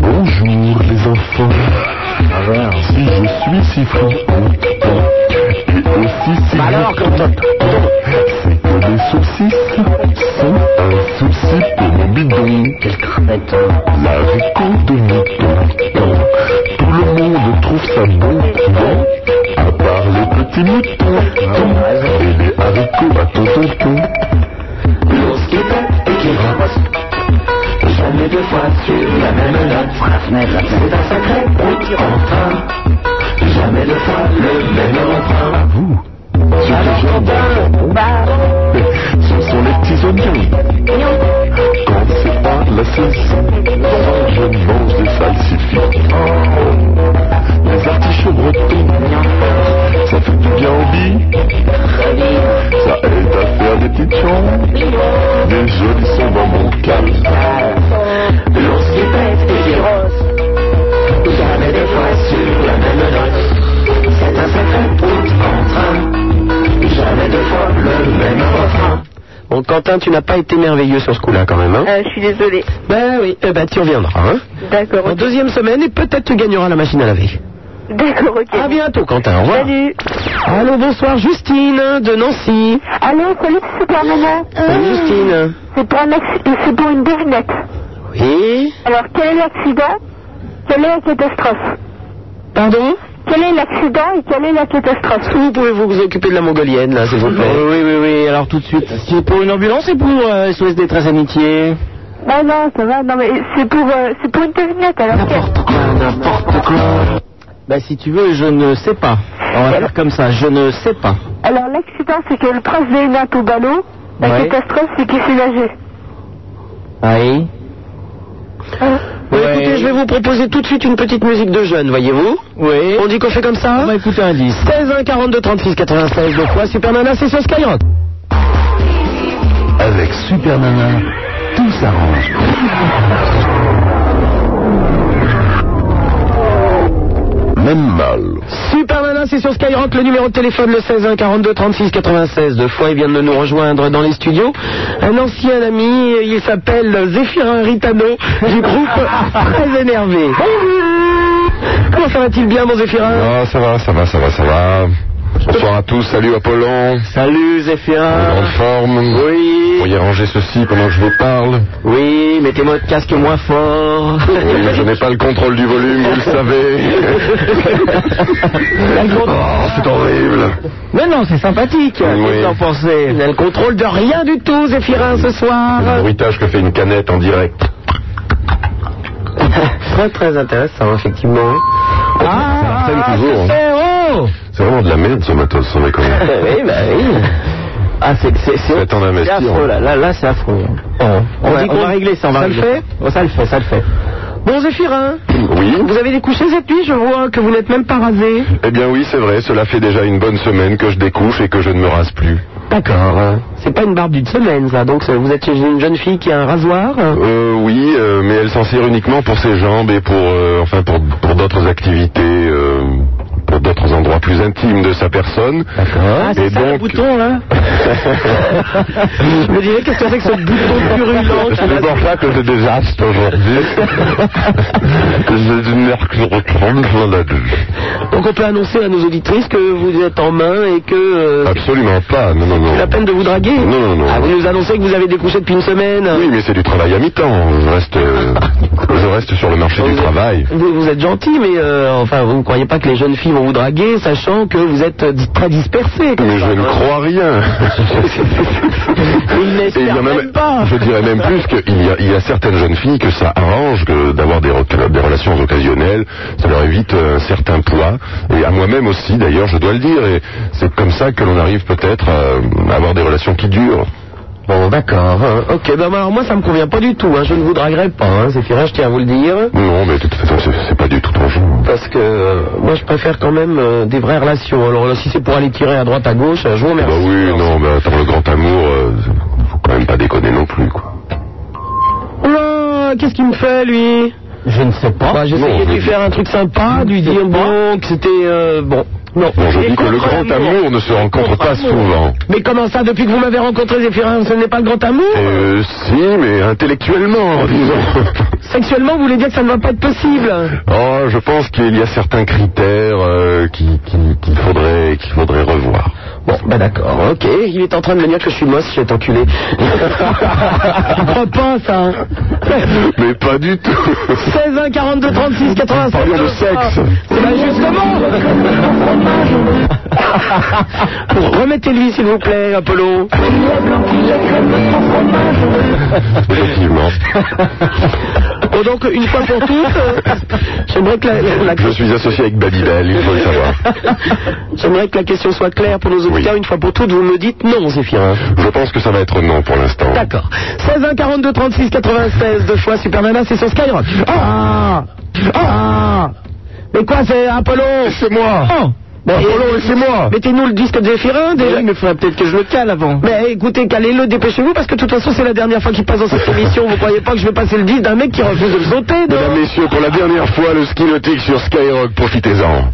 [SPEAKER 1] Bonjour les enfants.
[SPEAKER 3] Ah,
[SPEAKER 1] Si je suis sifflant, et aussi si
[SPEAKER 2] alors, Quentin
[SPEAKER 1] c'est que les saucisses sont un souci pour mon bidon. Quelle hein. cravate La de mouton. Tout le monde trouve ça bon, bon, à part les petits moutons et les haricots à ton tonton. L'ours qui pète et qui ramasse. Jamais deux fois sur la même note. C'est un sacré petit enfin. Jamais deux fois le même refrain. À vous. Alors, Quentin, ce sont les petits oignons. Quand c'est pas la saison, je mange des salsifis. Les artichauts bretons, ça fait du bien aux billes. Ça aide à faire des petites chambres. Des jolis sons dans mon calme. L'ours qui pète et qui rose. Jamais deux fois sur la même note. C'est un sacré route en train. Jamais deux fois le même refrain.
[SPEAKER 2] Bon, Quentin, tu n'as pas été merveilleux sur ce coup-là quand même, hein
[SPEAKER 4] Euh, je suis désolée.
[SPEAKER 2] Ben oui, eh ben tu reviendras, hein
[SPEAKER 4] D'accord,
[SPEAKER 2] En
[SPEAKER 4] ok.
[SPEAKER 2] deuxième semaine, et peut-être tu gagneras la machine à laver.
[SPEAKER 4] D'accord, ok.
[SPEAKER 2] À bientôt, Quentin, au revoir.
[SPEAKER 4] Salut.
[SPEAKER 2] Allô, bonsoir, Justine de Nancy.
[SPEAKER 3] Ah.
[SPEAKER 5] Allô, salut, super maman.
[SPEAKER 2] Salut, Justine.
[SPEAKER 5] C'est pour, un acc- c'est pour une devinette.
[SPEAKER 2] Oui
[SPEAKER 5] Alors, quel est l'accident Quelle est la catastrophe
[SPEAKER 2] Pardon
[SPEAKER 5] Quel est l'accident et quelle est la catastrophe
[SPEAKER 2] Est-ce que vous pouvez vous occuper de la mongolienne, là, s'il vous
[SPEAKER 3] Oui,
[SPEAKER 2] plaît
[SPEAKER 3] oui, oui, oui, alors tout de suite. C'est pour une ambulance et pour euh, SOS Détresse Amitié
[SPEAKER 5] Non, Ah non, ça va, non, mais c'est pour, euh, c'est pour une devinette, alors. quelle-
[SPEAKER 3] Bah si tu veux, je ne sais pas. On va faire comme ça, je ne sais pas.
[SPEAKER 5] Alors, l'accident, c'est que le prince Vénat au ballot.
[SPEAKER 2] Bah,
[SPEAKER 5] La
[SPEAKER 3] Ouais.
[SPEAKER 5] catastrophe, c'est qu'il s'est nagé.
[SPEAKER 3] Oui.
[SPEAKER 2] Bon, Ah. Bah, Écoutez, je vais vous proposer tout de suite une petite musique de jeune, voyez-vous
[SPEAKER 3] Oui.
[SPEAKER 2] On dit qu'on fait comme ça hein
[SPEAKER 3] On va écouter un disque.
[SPEAKER 2] 16 1 42 36 96 deux fois Super Nana c'est sur Skyrock.
[SPEAKER 1] Avec Super Nana, tout s'arrange. Même mal.
[SPEAKER 2] Super Nana c'est sur Skyrock le numéro de téléphone le 16 1 42 36 96 deux fois il vient de nous rejoindre dans les studios un ancien ami il s'appelle Zéphirin Ritano du groupe très énervé. Comment ça va-t-il bien mon Zéphirin
[SPEAKER 1] Ah, ça va, ça va, ça va, ça va. Bonsoir à tous, salut Apollon.
[SPEAKER 3] Salut
[SPEAKER 1] En
[SPEAKER 3] Zéphirin.
[SPEAKER 1] forme.
[SPEAKER 3] Oui.
[SPEAKER 1] Vous y ranger ceci pendant que je vous parle.
[SPEAKER 3] Oui, mettez-moi le casque moins fort.
[SPEAKER 1] Oui, mais je n'ai pas le contrôle du volume, vous le savez. Oh, c'est horrible.
[SPEAKER 3] Mais non, c'est sympathique. Qu'est-ce que t'en
[SPEAKER 2] Il
[SPEAKER 3] pensais
[SPEAKER 2] n'a le contrôle de rien du tout Zéphirin ce soir.
[SPEAKER 1] Le bruitage que fait une canette en direct.
[SPEAKER 2] Très très intéressant effectivement. Ah,
[SPEAKER 1] Ça me toujours, hein.
[SPEAKER 2] c'est oh
[SPEAKER 1] C'est vraiment de la merde ce matos, sans déconner.
[SPEAKER 3] Eh Oui, bah oui. Ah, c'est c'est c'est
[SPEAKER 1] Attends
[SPEAKER 3] c'est
[SPEAKER 1] d'investir.
[SPEAKER 3] affreux là, là, là c'est affreux. On,
[SPEAKER 2] Ah. dit
[SPEAKER 3] va, on
[SPEAKER 2] qu'on-
[SPEAKER 3] va régler ça, on va
[SPEAKER 2] ça le
[SPEAKER 3] régler
[SPEAKER 2] fait
[SPEAKER 3] Oh, ça le fait, ça le fait.
[SPEAKER 2] Bon Zéphirin,
[SPEAKER 1] Oui.
[SPEAKER 2] vous avez découché cette nuit, je vois que vous n'êtes même pas rasé.
[SPEAKER 1] Eh bien oui, c'est vrai, cela fait déjà une bonne semaine que je découche et que je ne me rase plus.
[SPEAKER 2] D'accord. C'est pas une barbe d'une semaine, ça. Donc, euh, vous êtes chez une jeune fille qui a un rasoir. euh,
[SPEAKER 1] Euh, oui, euh, mais elle s'en sert uniquement pour ses jambes et pour, euh, enfin, pour, pour d'autres activités, euh, pour
[SPEAKER 8] pour d'autres endroits plus intimes de sa personne.
[SPEAKER 2] Ah,
[SPEAKER 8] Et
[SPEAKER 2] c'est ça, le
[SPEAKER 8] donc,
[SPEAKER 2] bouton, là Je me disais, qu'est-ce que c'est que ce bouton purulent qui
[SPEAKER 8] c'est
[SPEAKER 2] va-
[SPEAKER 8] pour ça que je désaste aujourd'hui. que c'est une heure que je retourne, je la
[SPEAKER 2] Donc on peut annoncer à nos auditrices que vous êtes en main et que euh, c'est
[SPEAKER 8] Absolument pas, non, non, non.
[SPEAKER 2] la peine de vous draguer.
[SPEAKER 8] Non, non, non.
[SPEAKER 2] Ah, vous nous annoncez que vous avez découché depuis une semaine.
[SPEAKER 8] Oui, mais c'est du travail à mi-temps. Je reste, euh, je reste sur le marché du travail.
[SPEAKER 2] Vous, vous êtes gentil, mais euh, enfin, vous ne croyez pas que les jeunes filles vont vous draguer, sachant que vous êtes euh, dis- très dispersés.
[SPEAKER 8] Mais je ne crois rien.
[SPEAKER 2] Ils
[SPEAKER 8] Et il y
[SPEAKER 2] n'espèrent
[SPEAKER 8] a
[SPEAKER 2] même, pas.
[SPEAKER 8] Je dirais même plus qu'il y, a- il y a certaines jeunes filles que ça arrange que d'avoir des, rec- des relations occasionnelles. Ça leur évite un certain poids. Et à moi-même aussi, d'ailleurs, je dois le dire. Et c'est comme ça que l'on arrive peut-être à- à avoir des relations qui durent.
[SPEAKER 2] Bon, d'accord. hein. Ok, ben, alors moi, ça me convient pas du tout. hein. Je ne vous draguerai pas. hein. C'est vrai, je tiens à vous le dire.
[SPEAKER 8] Non, mais de toute façon, c'est- c'est pas du tout ton genre.
[SPEAKER 2] Parce que euh, moi, je préfère quand même euh, des vraies relations. Alors là, si c'est pour aller tirer à droite, à gauche, euh, je vous
[SPEAKER 8] Bah
[SPEAKER 2] remercie.
[SPEAKER 8] oui, non, mais attends, le grand amour, euh, faut quand même pas déconner non plus, quoi.
[SPEAKER 2] Oula, qu'est-ce qu'il me fait, lui
[SPEAKER 9] Je ne sais pas.
[SPEAKER 2] bah,
[SPEAKER 8] Non,
[SPEAKER 2] J'essayais de
[SPEAKER 8] je
[SPEAKER 2] lui
[SPEAKER 8] dis-
[SPEAKER 2] faire un truc sympa, de lui dire bon, que c'était... euh, bon, non.
[SPEAKER 8] Bon, je
[SPEAKER 2] Et
[SPEAKER 8] dis que le
[SPEAKER 2] contre
[SPEAKER 8] grand amour ne se rencontre pas
[SPEAKER 2] Contre
[SPEAKER 8] souvent.
[SPEAKER 2] Mais comment ça, depuis que vous m'avez rencontré, Zéphirin, ce n'est pas le grand amour
[SPEAKER 8] Euh, si, mais intellectuellement, disons.
[SPEAKER 2] Sexuellement, vous voulez dire que ça ne va pas être possible
[SPEAKER 8] Oh, je pense qu'il y a certains critères euh, qui- qui- qu'il faudrait, qu'il faudrait revoir.
[SPEAKER 2] Bon, bah d'accord, ok. Il est en train de me dire que je suis moche, je vais t'enculer. Je crois pas, ça. hein.
[SPEAKER 8] Mais pas du tout.
[SPEAKER 2] 16 1 42 36 87
[SPEAKER 8] Parlons de sexe.
[SPEAKER 2] C'est bah justement Remettez-lui, s'il vous plaît, Apollo.
[SPEAKER 8] Effectivement.
[SPEAKER 2] Bon, donc, une fois pour toutes, euh, j'aimerais que la, la-
[SPEAKER 8] Je suis associé avec Babybel, il faut le savoir.
[SPEAKER 2] j'aimerais que la question soit claire pour nos auditeurs.
[SPEAKER 8] Oui.
[SPEAKER 2] Une fois pour toutes, vous me dites non, Zéphirin.
[SPEAKER 8] Je pense que ça va être non pour l'instant.
[SPEAKER 2] D'accord. 16 1 42 36 96 deux fois Superman, c'est sur Skyrock. Ah Ah Mais quoi, c'est Apollo
[SPEAKER 8] C'est moi
[SPEAKER 2] Oh Bon,
[SPEAKER 8] Apollo, laissez-moi
[SPEAKER 2] Mettez-nous le disque de Zéphirin déjà.
[SPEAKER 9] il faudrait peut-être que je le cale avant.
[SPEAKER 2] Mais écoutez, calez-le, dépêchez-vous, parce que de toute façon, c'est la dernière fois qu'il passe dans cette émission. Vous croyez pas que je vais passer le disque d'un mec qui refuse de le sauter, non
[SPEAKER 8] Mesdames, Messieurs, pour la dernière fois, le ski nautique sur Skyrock, profitez-en.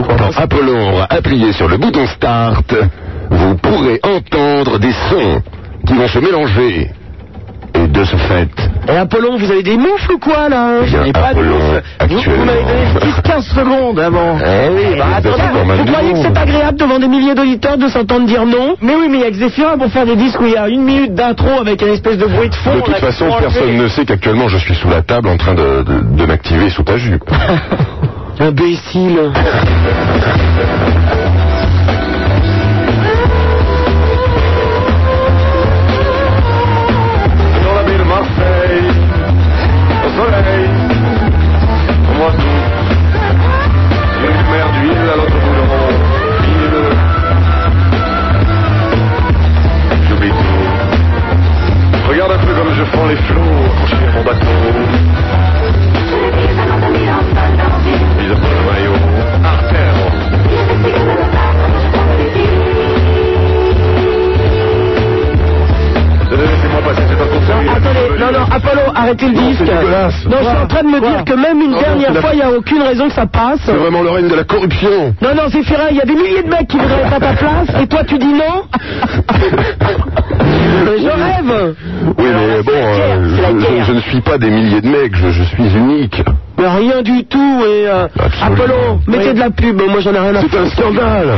[SPEAKER 8] Quand Apollo aura appuyé sur le bouton Start, vous pourrez entendre des sons qui vont se mélanger. Et de ce fait,
[SPEAKER 2] Et Apollon, vous avez des moufles ou quoi,
[SPEAKER 9] Eh
[SPEAKER 2] là hein
[SPEAKER 8] Bien,
[SPEAKER 2] Et
[SPEAKER 8] Apollon,
[SPEAKER 2] Vous, vous m'avez donné 10-15 secondes avant.
[SPEAKER 8] Eh oui,
[SPEAKER 2] bah,
[SPEAKER 8] vous êtes
[SPEAKER 2] attendez,
[SPEAKER 8] encore mal
[SPEAKER 2] vous
[SPEAKER 8] du
[SPEAKER 2] croyez que
[SPEAKER 8] monde.
[SPEAKER 2] c'est agréable devant des milliers d'auditeurs de s'entendre dire non
[SPEAKER 9] Mais oui, mais il y a que Zéphirin pour faire des disques où il y a une minute d'intro avec une espèce de bruit de fond.
[SPEAKER 8] de toute
[SPEAKER 9] là, qui
[SPEAKER 8] façon,
[SPEAKER 9] sont enlevés.
[SPEAKER 8] personne ne sait qu'actuellement je suis sous la table en train de, de- de m'activer sous ta jupe.
[SPEAKER 2] Imbécile.
[SPEAKER 10] Dans la ville Marseille, au soleil, au mois d'août, il y a une mer d'huile à l'autre bout du monde. Île. J'oublie tout. Regarde un peu comme je fends les flots quand je fais mon bateau. Bise un peu le maillot, artère. Laissez-moi passer, c'est un conseil.
[SPEAKER 2] Attendez, non, non, Apollo, arrêtez le disque.
[SPEAKER 8] dégueulasse.
[SPEAKER 2] Non, je suis en train de me dire que même une
[SPEAKER 8] non,
[SPEAKER 2] dernière
[SPEAKER 8] c'est la-
[SPEAKER 2] fois, il n'y a aucune raison que ça passe.
[SPEAKER 8] C'est vraiment le règne de la corruption.
[SPEAKER 2] Non, non, Zéphirin, il y a des milliers de mecs qui voudraient être à ta place, et toi, tu dis non Mais je rêve
[SPEAKER 8] Oui, mais bon, euh, je, je- je ne suis pas des milliers de mecs, je, je suis unique.
[SPEAKER 2] Mais rien du tout, et... euh,
[SPEAKER 8] Absolument.
[SPEAKER 2] Apollo, mettez
[SPEAKER 8] Oui.
[SPEAKER 2] de la pub, moi j'en ai rien à
[SPEAKER 8] C'est un scandale.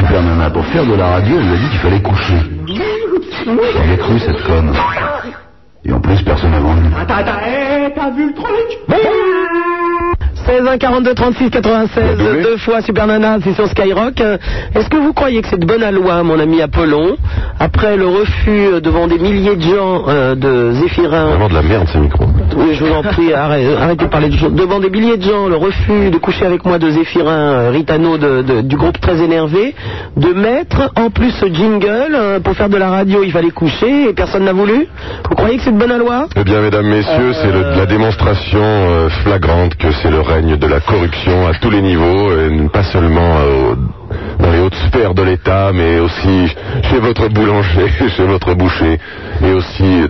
[SPEAKER 11] Superman, pour faire de la radio, il lui a dit qu'il fallait coucher. J'y ai cru, cette conne. Et en plus, personne n'a vendu.
[SPEAKER 2] 16 1 42 36 96
[SPEAKER 8] Doublé.
[SPEAKER 2] deux fois Super Nana, c'est sur Skyrock. Euh, Est-ce que vous croyez que cette bonne loi, mon ami Apollon, après le refus euh, devant des milliers de gens euh, de Zéphirin,
[SPEAKER 8] Vraiment de la merde ces micros.
[SPEAKER 2] oui, je vous en prie, arrête- arrêtez de parler de choses, devant des milliers de gens, le refus de coucher avec moi de Zéphirin euh, Ritano de- de- du groupe très énervé, de mettre en plus ce jingle euh, pour faire de la radio, il fallait coucher et personne n'a voulu Vous croyez que c'est de bonne loi
[SPEAKER 8] Eh bien, mesdames,
[SPEAKER 2] Euh.
[SPEAKER 8] messieurs, c'est le- la démonstration euh, flagrante que c'est le règne de la corruption à tous les niveaux, et pas seulement euh, au- dans les hautes sphères de l'État, mais aussi chez votre boulanger, chez votre boucher, et aussi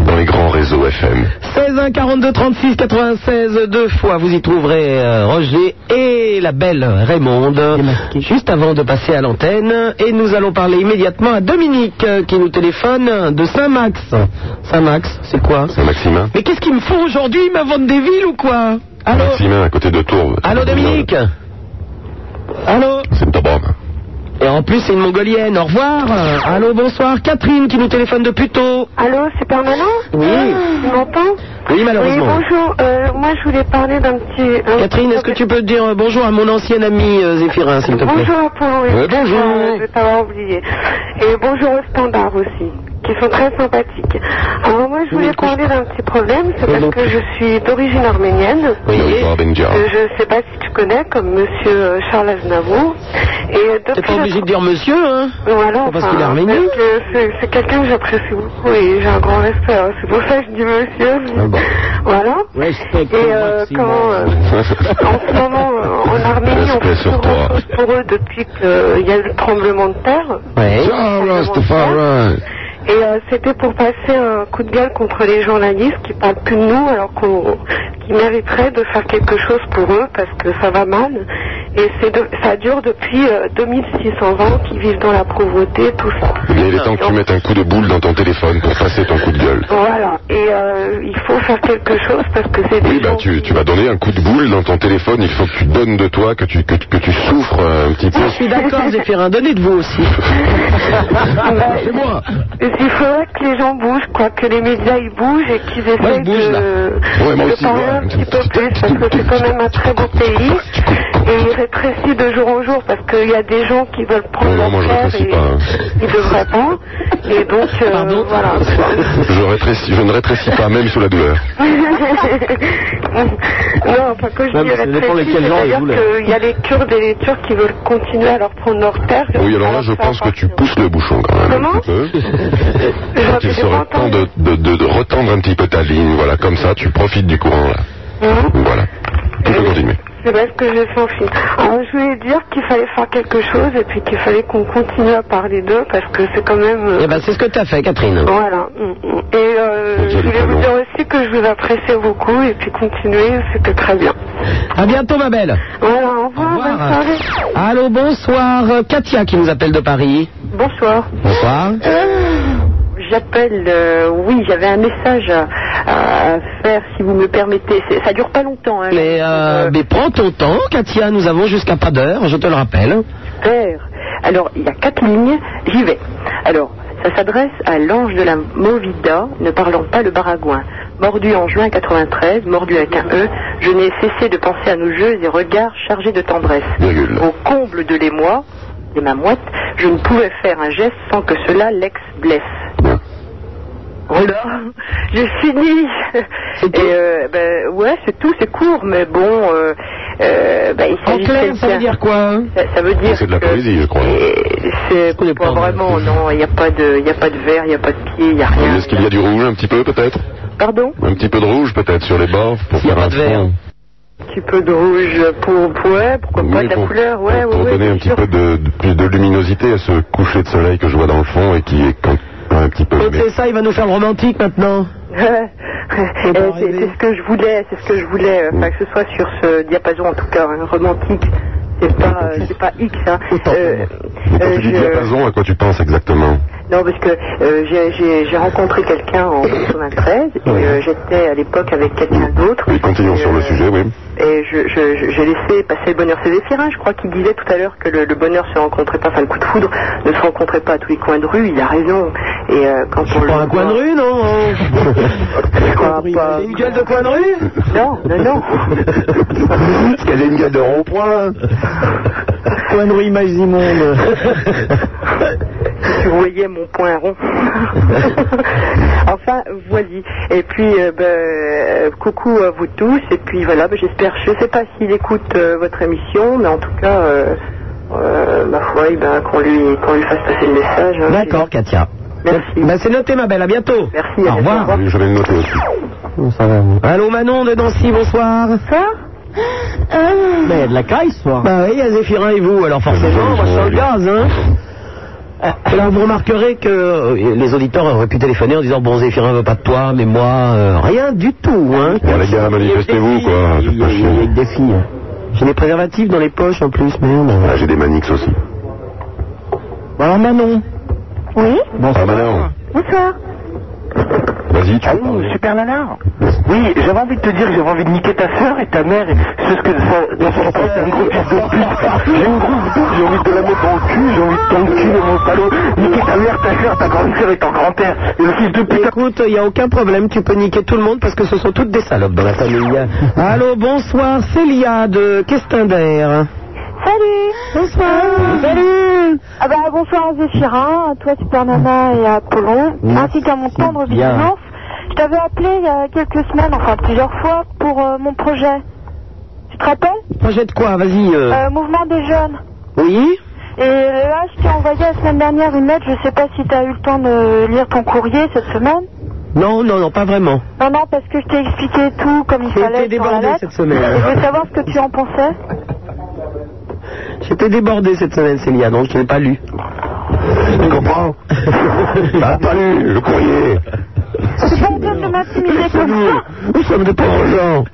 [SPEAKER 8] dans les grands réseaux FM.
[SPEAKER 2] 16 1 42 36 96 deux fois vous y trouverez euh, Roger et la belle Raymonde juste avant de passer à l'antenne et nous allons parler immédiatement à Dominique euh, qui nous téléphone de Saint-Max. Saint-Max, c'est quoi
[SPEAKER 8] Saint-Maximin
[SPEAKER 2] Mais qu'est-ce qu'ils me font aujourd'hui Ils m'inventent des villes ou quoi Allô
[SPEAKER 8] Saint-Maximin, à côté de Tours.
[SPEAKER 2] Allô Dominique Allô
[SPEAKER 8] C'est une tabarne.
[SPEAKER 2] Et en plus c'est une mongolienne, au revoir Allô bonsoir Catherine qui nous téléphone de Puteaux
[SPEAKER 5] Allô, Super Maman
[SPEAKER 2] Oui.
[SPEAKER 5] Tu m'entends
[SPEAKER 2] Oui malheureusement
[SPEAKER 5] Oui, bonjour. Euh, moi, je voulais parler d'un petit. un
[SPEAKER 2] Catherine,
[SPEAKER 5] petit-
[SPEAKER 2] est-ce que tu peux dire euh, bonjour à mon ancien ami euh, Zéphirin, s'il te plaît
[SPEAKER 5] Bonjour Apollo. et
[SPEAKER 2] Ouais, bonjour.
[SPEAKER 5] Euh, Je vais t'avoir oublié. Et bonjour aux standards aussi, qui sont très sympathiques. Alors moi, je voulais parler d'un petit problème, c'est parce que je suis d'origine arménienne.
[SPEAKER 8] Oui, Benjar.
[SPEAKER 5] Euh, Je ne sais pas si tu connais, comme Monsieur euh, Charles Aznavour. Et
[SPEAKER 2] T'es
[SPEAKER 5] depuis
[SPEAKER 2] pas obligé de dire monsieur, hein
[SPEAKER 5] Voilà,
[SPEAKER 2] Parce
[SPEAKER 5] enfin,
[SPEAKER 2] qu'il est arménien.
[SPEAKER 5] parce que c'est- C'est quelqu'un que j'apprécie beaucoup et j'ai un grand respect. hein. C'est pour ça que je dis monsieur.
[SPEAKER 2] Ah
[SPEAKER 5] Voilà. Et euh, comment
[SPEAKER 2] hein.
[SPEAKER 5] euh, en ce moment, euh, en Arménie, on fait
[SPEAKER 8] Respect sur
[SPEAKER 5] souvent
[SPEAKER 8] toi.
[SPEAKER 5] chose pour eux depuis qu'il y a eu le tremblement de terre.
[SPEAKER 2] Ouais.
[SPEAKER 8] Ciao, Rastafari.
[SPEAKER 5] Et euh, c'était pour passer un coup de gueule contre les journalistes qui parlent que de nous, alors qu'on qui mériteraient de faire quelque chose pour eux parce que ça va mal. Et c'est de- ça dure depuis euh, 2600 ans qu'ils vivent dans la pauvreté, tout ça.
[SPEAKER 8] Eh bien, il est temps que tu mettes un coup de boule dans ton téléphone pour passer ton coup de gueule.
[SPEAKER 5] Voilà. Et euh, il faut faire quelque chose parce que c'est des
[SPEAKER 8] Oui, bah
[SPEAKER 5] gens-
[SPEAKER 8] tu, tu vas donner un coup de boule dans ton téléphone, il faut que tu donnes de toi, que tu, que, tu- que tu souffres euh, un petit
[SPEAKER 5] Ah,
[SPEAKER 8] peu.
[SPEAKER 2] Je suis d'accord, Zéphirin, donnez de vous aussi.
[SPEAKER 8] Ah,
[SPEAKER 5] C'est moi. Il faudrait que les gens bougent, quoi, que les médias ils bougent et qu'ils essayent
[SPEAKER 2] je bouge,
[SPEAKER 5] de,
[SPEAKER 2] là.
[SPEAKER 8] Ouais, moi
[SPEAKER 5] de
[SPEAKER 8] aussi,
[SPEAKER 5] parler
[SPEAKER 8] ouais.
[SPEAKER 5] un petit peu plus parce que c'est quand même un très beau pays et il rétrécit de jour en jour parce qu'il y a des gens qui veulent prendre
[SPEAKER 8] Non, non,
[SPEAKER 5] leur
[SPEAKER 8] moi, je
[SPEAKER 5] terre
[SPEAKER 8] rétrécis
[SPEAKER 5] et
[SPEAKER 8] pas, hein.
[SPEAKER 5] ils devraient pas et donc euh, voilà.
[SPEAKER 3] Ah,
[SPEAKER 8] Je, rétrécis, je ne rétrécis pas, même sous la douleur.
[SPEAKER 5] non, enfin que je
[SPEAKER 3] Ouais,
[SPEAKER 5] dis
[SPEAKER 3] mais ça dépend
[SPEAKER 5] rétrécit,
[SPEAKER 3] lesquels gens ils
[SPEAKER 5] c'est-à-dire
[SPEAKER 3] voulaient.
[SPEAKER 5] qu'il y a les Kurdes et les Turcs qui veulent continuer à leur prendre leur terre.
[SPEAKER 8] Oui, alors là, je
[SPEAKER 5] ça va
[SPEAKER 8] pense que tu
[SPEAKER 5] partir.
[SPEAKER 8] pousses le bouchon quand même un
[SPEAKER 5] Comment
[SPEAKER 8] petit peu.
[SPEAKER 5] Je
[SPEAKER 8] Quand il
[SPEAKER 5] rappelle
[SPEAKER 8] serait
[SPEAKER 5] pas
[SPEAKER 8] temps de, de, de, de retendre un petit peu ta ligne, voilà, comme ça, tu profites du courant, là.
[SPEAKER 5] Hein
[SPEAKER 8] Voilà. Tu peux continuer.
[SPEAKER 5] C'est parce que j'ai son fils. Alors, je voulais dire qu'il fallait faire quelque chose et puis qu'il fallait qu'on continue à parler d'eux parce que c'est quand même. euh,
[SPEAKER 2] Eh ben, c'est ce que t'as fait, Catherine.
[SPEAKER 5] Voilà. Mm, mm. Et euh, je voulais vous dire aussi que je vous appréciais beaucoup et puis continuez, c'était très bien.
[SPEAKER 2] À bientôt, ma belle.
[SPEAKER 5] Voilà, au revoir,
[SPEAKER 2] revoir. Ah.
[SPEAKER 5] bonne soirée.
[SPEAKER 2] Allô, bonsoir. euh, Katia qui nous appelle de Paris.
[SPEAKER 5] Bonsoir.
[SPEAKER 2] Bonsoir.
[SPEAKER 5] J'appelle, euh, oui, j'avais un message à, faire si vous me permettez. Ça dure pas longtemps. Hein,
[SPEAKER 2] Mais, euh, mais prends ton temps, Katia. Nous avons jusqu'à pas d'heure, je te le rappelle.
[SPEAKER 5] Super. Alors, il y a quatre lignes, j'y vais. Alors, ça s'adresse à l'ange de la Movida, ne parlant pas le baragouin. Mordu en juin 93, mordu avec un E, je n'ai cessé de penser à nos jeux et regards chargés de tendresse.
[SPEAKER 8] Virgule.
[SPEAKER 5] Au comble de l'émoi, de ma moite, je ne pouvais faire un geste sans que cela l'ex blesse. Oh là, j'ai fini. Et euh, ben, ouais, c'est tout, c'est court, mais bon, euh, euh, ben, il
[SPEAKER 2] En
[SPEAKER 5] s'agit
[SPEAKER 2] clair, ça veut dire quoi hein
[SPEAKER 5] ça, ça veut dire
[SPEAKER 8] C'est de la
[SPEAKER 5] que-
[SPEAKER 8] poésie, je crois.
[SPEAKER 5] Et C'est
[SPEAKER 2] connais
[SPEAKER 5] pas
[SPEAKER 2] pas, moi.
[SPEAKER 5] vraiment, non. Il n'y a pas de, il y a pas de verre, il n'y a pas de pied, il n'y a rien.
[SPEAKER 8] Est-ce qu'il y a du rouge un petit peu, peut-être
[SPEAKER 5] Pardon
[SPEAKER 8] Un petit peu de rouge, peut-être, sur les bords pour
[SPEAKER 2] S'il y a
[SPEAKER 8] faire
[SPEAKER 2] pas
[SPEAKER 8] un
[SPEAKER 2] de verre.
[SPEAKER 8] fond.
[SPEAKER 5] Un petit peu de rouge pour, pour- ouais, pourquoi pas
[SPEAKER 8] Oui,
[SPEAKER 5] de la
[SPEAKER 8] pour-
[SPEAKER 5] couleur, ouais,
[SPEAKER 8] pour,
[SPEAKER 5] ouais,
[SPEAKER 8] pour
[SPEAKER 5] ouais,
[SPEAKER 8] donner
[SPEAKER 5] bien
[SPEAKER 8] un petit
[SPEAKER 5] sûr.
[SPEAKER 8] peu de, de, de luminosité à ce coucher de soleil que je vois dans le fond et qui est quand quand même un petit peu...
[SPEAKER 2] Oh,
[SPEAKER 8] mais-
[SPEAKER 2] C'est ça, il va nous faire le romantique maintenant.
[SPEAKER 5] Euh, c'est
[SPEAKER 2] pas
[SPEAKER 5] c'est
[SPEAKER 2] rêver.
[SPEAKER 5] ce que je voulais, c'est ce que je voulais,
[SPEAKER 8] Mm.
[SPEAKER 5] euh, enfin que ce soit sur ce diapason en tout cas, hein, romantique. C'est pas, euh, c'est pas X. Hein. Euh,
[SPEAKER 8] Mais quand
[SPEAKER 5] euh,
[SPEAKER 8] tu dis
[SPEAKER 5] je-
[SPEAKER 8] diapason, à quoi tu penses exactement
[SPEAKER 5] Non, parce que euh, j'ai- j'ai j'ai rencontré quelqu'un en 93 et euh, j'étais à l'époque avec quelqu'un d'autre.
[SPEAKER 8] Oui, continuons
[SPEAKER 5] Et,
[SPEAKER 8] sur
[SPEAKER 5] euh,
[SPEAKER 8] le sujet, oui.
[SPEAKER 5] Et je- je- je- j'ai laissé passer le bonheur. C'est Zéphirin, je crois, qui disait tout à l'heure que le, le bonheur se rencontrait pas, enfin le coup de foudre ne se rencontrait pas à tous les coins de rue. Il a raison. Et euh, quand on
[SPEAKER 2] C'est pas un coin de rue, non
[SPEAKER 5] Je
[SPEAKER 2] Ah,
[SPEAKER 5] crois pas.
[SPEAKER 2] C'est Une gueule de coin de rue
[SPEAKER 5] Non, non, non.
[SPEAKER 8] Parce qu'elle est une gueule de rond-point.
[SPEAKER 2] Coin de rue, image immonde.
[SPEAKER 5] tu voyais mon point rond. enfin, voilà. Et puis, euh, ben, euh, coucou à vous tous. Et puis voilà, ben, j'espère, je sais pas s'il écoute euh, votre émission, mais en tout cas, euh, euh, ma foi, eh ben, qu'on lui, qu'on lui fasse passer le message. hein.
[SPEAKER 2] D'accord, Katia.
[SPEAKER 5] Merci.
[SPEAKER 2] Ben, c'est noté, ma belle. À bientôt.
[SPEAKER 5] Merci, à
[SPEAKER 2] Au revoir.
[SPEAKER 8] Oui, je vais le noter aussi.
[SPEAKER 2] Allô, Manon de Nancy, bonsoir.
[SPEAKER 5] Bonsoir.
[SPEAKER 12] Mais il y a de la caille ce soir.
[SPEAKER 2] Ah. Bah oui, il y a Zéphirin et vous, alors forcément, moi je sens le gaz, hein. Euh, Alors vous remarquerez que euh, les auditeurs auraient pu téléphoner en disant bon Zéphirin veut pas de toi, mais moi euh, rien du tout, hein.
[SPEAKER 1] Bon, les gars, manifestez-vous, quoi.
[SPEAKER 2] Il y a- il y a- il y a que des filles. hein. J'ai des préservatifs dans les poches en plus, merde.
[SPEAKER 1] Ah, j'ai des manix aussi.
[SPEAKER 12] Bon, alors Manon.
[SPEAKER 4] Oui
[SPEAKER 1] Ah,
[SPEAKER 8] bah
[SPEAKER 1] Manon,
[SPEAKER 4] Bonsoir.
[SPEAKER 1] vas-y, tu
[SPEAKER 5] Ah,
[SPEAKER 1] peux
[SPEAKER 8] Allô,
[SPEAKER 1] parler.
[SPEAKER 8] super nanar Oui, j'avais envie de te dire que j'avais envie de niquer ta sœur et ta mère. et C'est ce que ça. dans son- c'est une grosse fille de pute. J'ai une grosse bouche, j'ai envie de la mettre dans le cul, j'ai envie de ton cul dans mon salon. Niquer ta mère, ta sœur, ta grande sœur et ton grand-père. Et le fils de pute.
[SPEAKER 2] Écoute, il n'y a aucun problème, tu peux niquer tout le monde parce que ce sont toutes des salopes dans la famille. Allô, bonsoir, Célia de Questinder.
[SPEAKER 4] Salut
[SPEAKER 2] Bonsoir. Salut.
[SPEAKER 4] Ah bah bonsoir à Zéphirin, à toi Super Nana et à Apollon, ainsi qu'à mon tendre
[SPEAKER 2] bien.
[SPEAKER 4] vigilance. Je t'avais appelé il y a quelques semaines, enfin plusieurs fois, pour euh, mon projet. Tu te rappelles
[SPEAKER 2] Projet de quoi Vas-y. euh.
[SPEAKER 4] Euh, Mouvement des jeunes.
[SPEAKER 2] Oui
[SPEAKER 4] Et euh, là, je t'ai envoyé la semaine dernière une lettre, je sais pas si t'as eu le temps de lire ton courrier cette semaine.
[SPEAKER 2] Non, non, non, pas vraiment.
[SPEAKER 4] Non, non, parce que je t'ai expliqué tout comme il
[SPEAKER 2] J'ai
[SPEAKER 4] fallait
[SPEAKER 2] été
[SPEAKER 4] sur la
[SPEAKER 2] débordé
[SPEAKER 4] lettre.
[SPEAKER 2] cette semaine.
[SPEAKER 4] Je voulais savoir ce que tu en pensais.
[SPEAKER 2] J'étais débordé cette semaine, Célia, donc je ne l'ai pas lu.
[SPEAKER 1] Tu comprends T'as pas lu le courrier
[SPEAKER 4] C'est pas la peine de m'intimider comme ça.
[SPEAKER 1] Nous sommes de pauvres gens.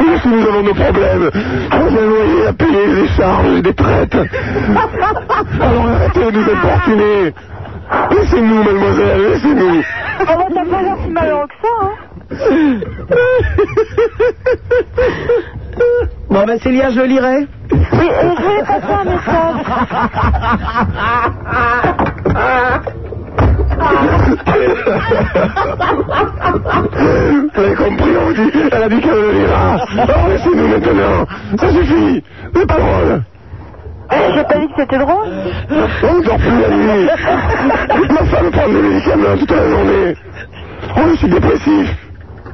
[SPEAKER 1] Nous, si nous avons nos problèmes, nous avons loyer à payer des charges et des traites. Alors arrêtez de nous importuner. Laissez-nous, mademoiselle, laissez-nous.
[SPEAKER 4] Ah bon, t'as pas l'air si malheureux que ça, hein.
[SPEAKER 2] Bon, ben Célia, je le lirai.
[SPEAKER 4] Oui, et je voulais passer un message.
[SPEAKER 1] Vous avez compris, on vous dit, elle a dit qu'elle Ah, le lira. Alors laissez-nous maintenant. Ça suffit. C'est pas drôle.
[SPEAKER 4] J'ai pas Eh, dit que c'était drôle.
[SPEAKER 1] On ne dort plus la nuit. Ma femme prend des médicaments toute la journée. Oh, je suis dépressif.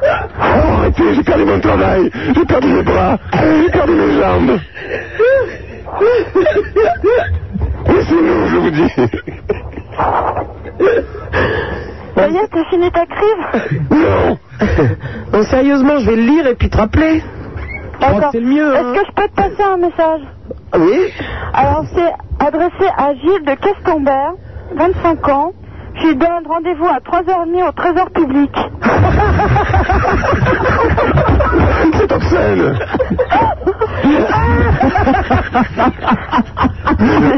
[SPEAKER 1] Oh, arrêtez, j'ai perdu mon travail. J'ai perdu mes bras. J'ai perdu mes jambes. Laissez-nous, je vous dis.
[SPEAKER 4] Ça y est, t'as fini ta crive
[SPEAKER 1] Non.
[SPEAKER 2] Non, sérieusement, je vais le lire et puis te rappeler.
[SPEAKER 4] D'accord.
[SPEAKER 2] c'est le mieux, hein.
[SPEAKER 4] Est-ce que je peux te passer un message
[SPEAKER 2] Ah Oui
[SPEAKER 4] Alors, c'est adressé à Gilles de Castambert, 25 ans. Je lui donne rendez-vous à 3h30 au trésor public.
[SPEAKER 1] C'est obscène.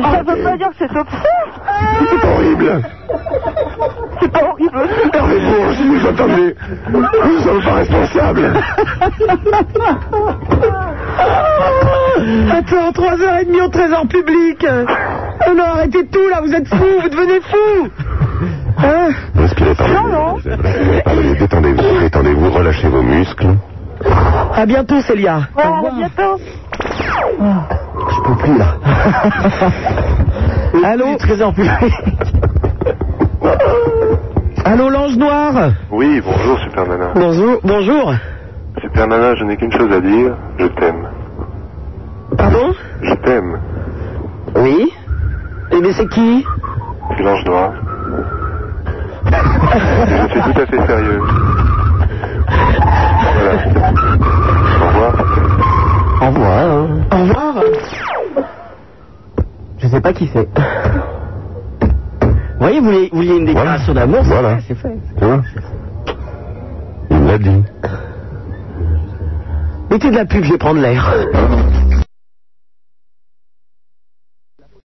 [SPEAKER 4] Ça veut pas dire que c'est obscène.
[SPEAKER 1] C'est horrible.
[SPEAKER 4] C'est pas horrible.
[SPEAKER 1] Hervé si vous entendez. Nous ne sommes pas responsables.
[SPEAKER 2] Attends, 3h30 au trésor public. Oh non, arrêtez tout là, vous êtes fous, vous devenez fous. Hein
[SPEAKER 1] Inspirez par
[SPEAKER 4] Non, non.
[SPEAKER 1] Allez, détendez-vous, détendez-vous, relâchez vos muscles.
[SPEAKER 2] à bientôt, Célia.
[SPEAKER 4] Voilà, à bientôt.
[SPEAKER 2] Allô trésor public. Allô, l'ange noir.
[SPEAKER 8] Oui, bonjour, super nana.
[SPEAKER 2] Bonjour. Bonjour.
[SPEAKER 8] Super nana, je n'ai qu'une chose à dire. Je t'aime.
[SPEAKER 2] Pardon
[SPEAKER 8] Je t'aime.
[SPEAKER 2] Oui. Eh bien, c'est qui
[SPEAKER 8] C'est l'ange noir. je suis tout à fait sérieux. Voilà. Au revoir.
[SPEAKER 2] Au revoir. Au revoir. Je sais pas qui c'est. Vous voyez, vous voulez, vous voulez une déclaration
[SPEAKER 1] Voilà.
[SPEAKER 2] d'amour c'est
[SPEAKER 1] Voilà.
[SPEAKER 2] fait, C'est fait.
[SPEAKER 1] Tu vois Il l'a dit.
[SPEAKER 2] Mettez de la pub, je vais prendre l'air.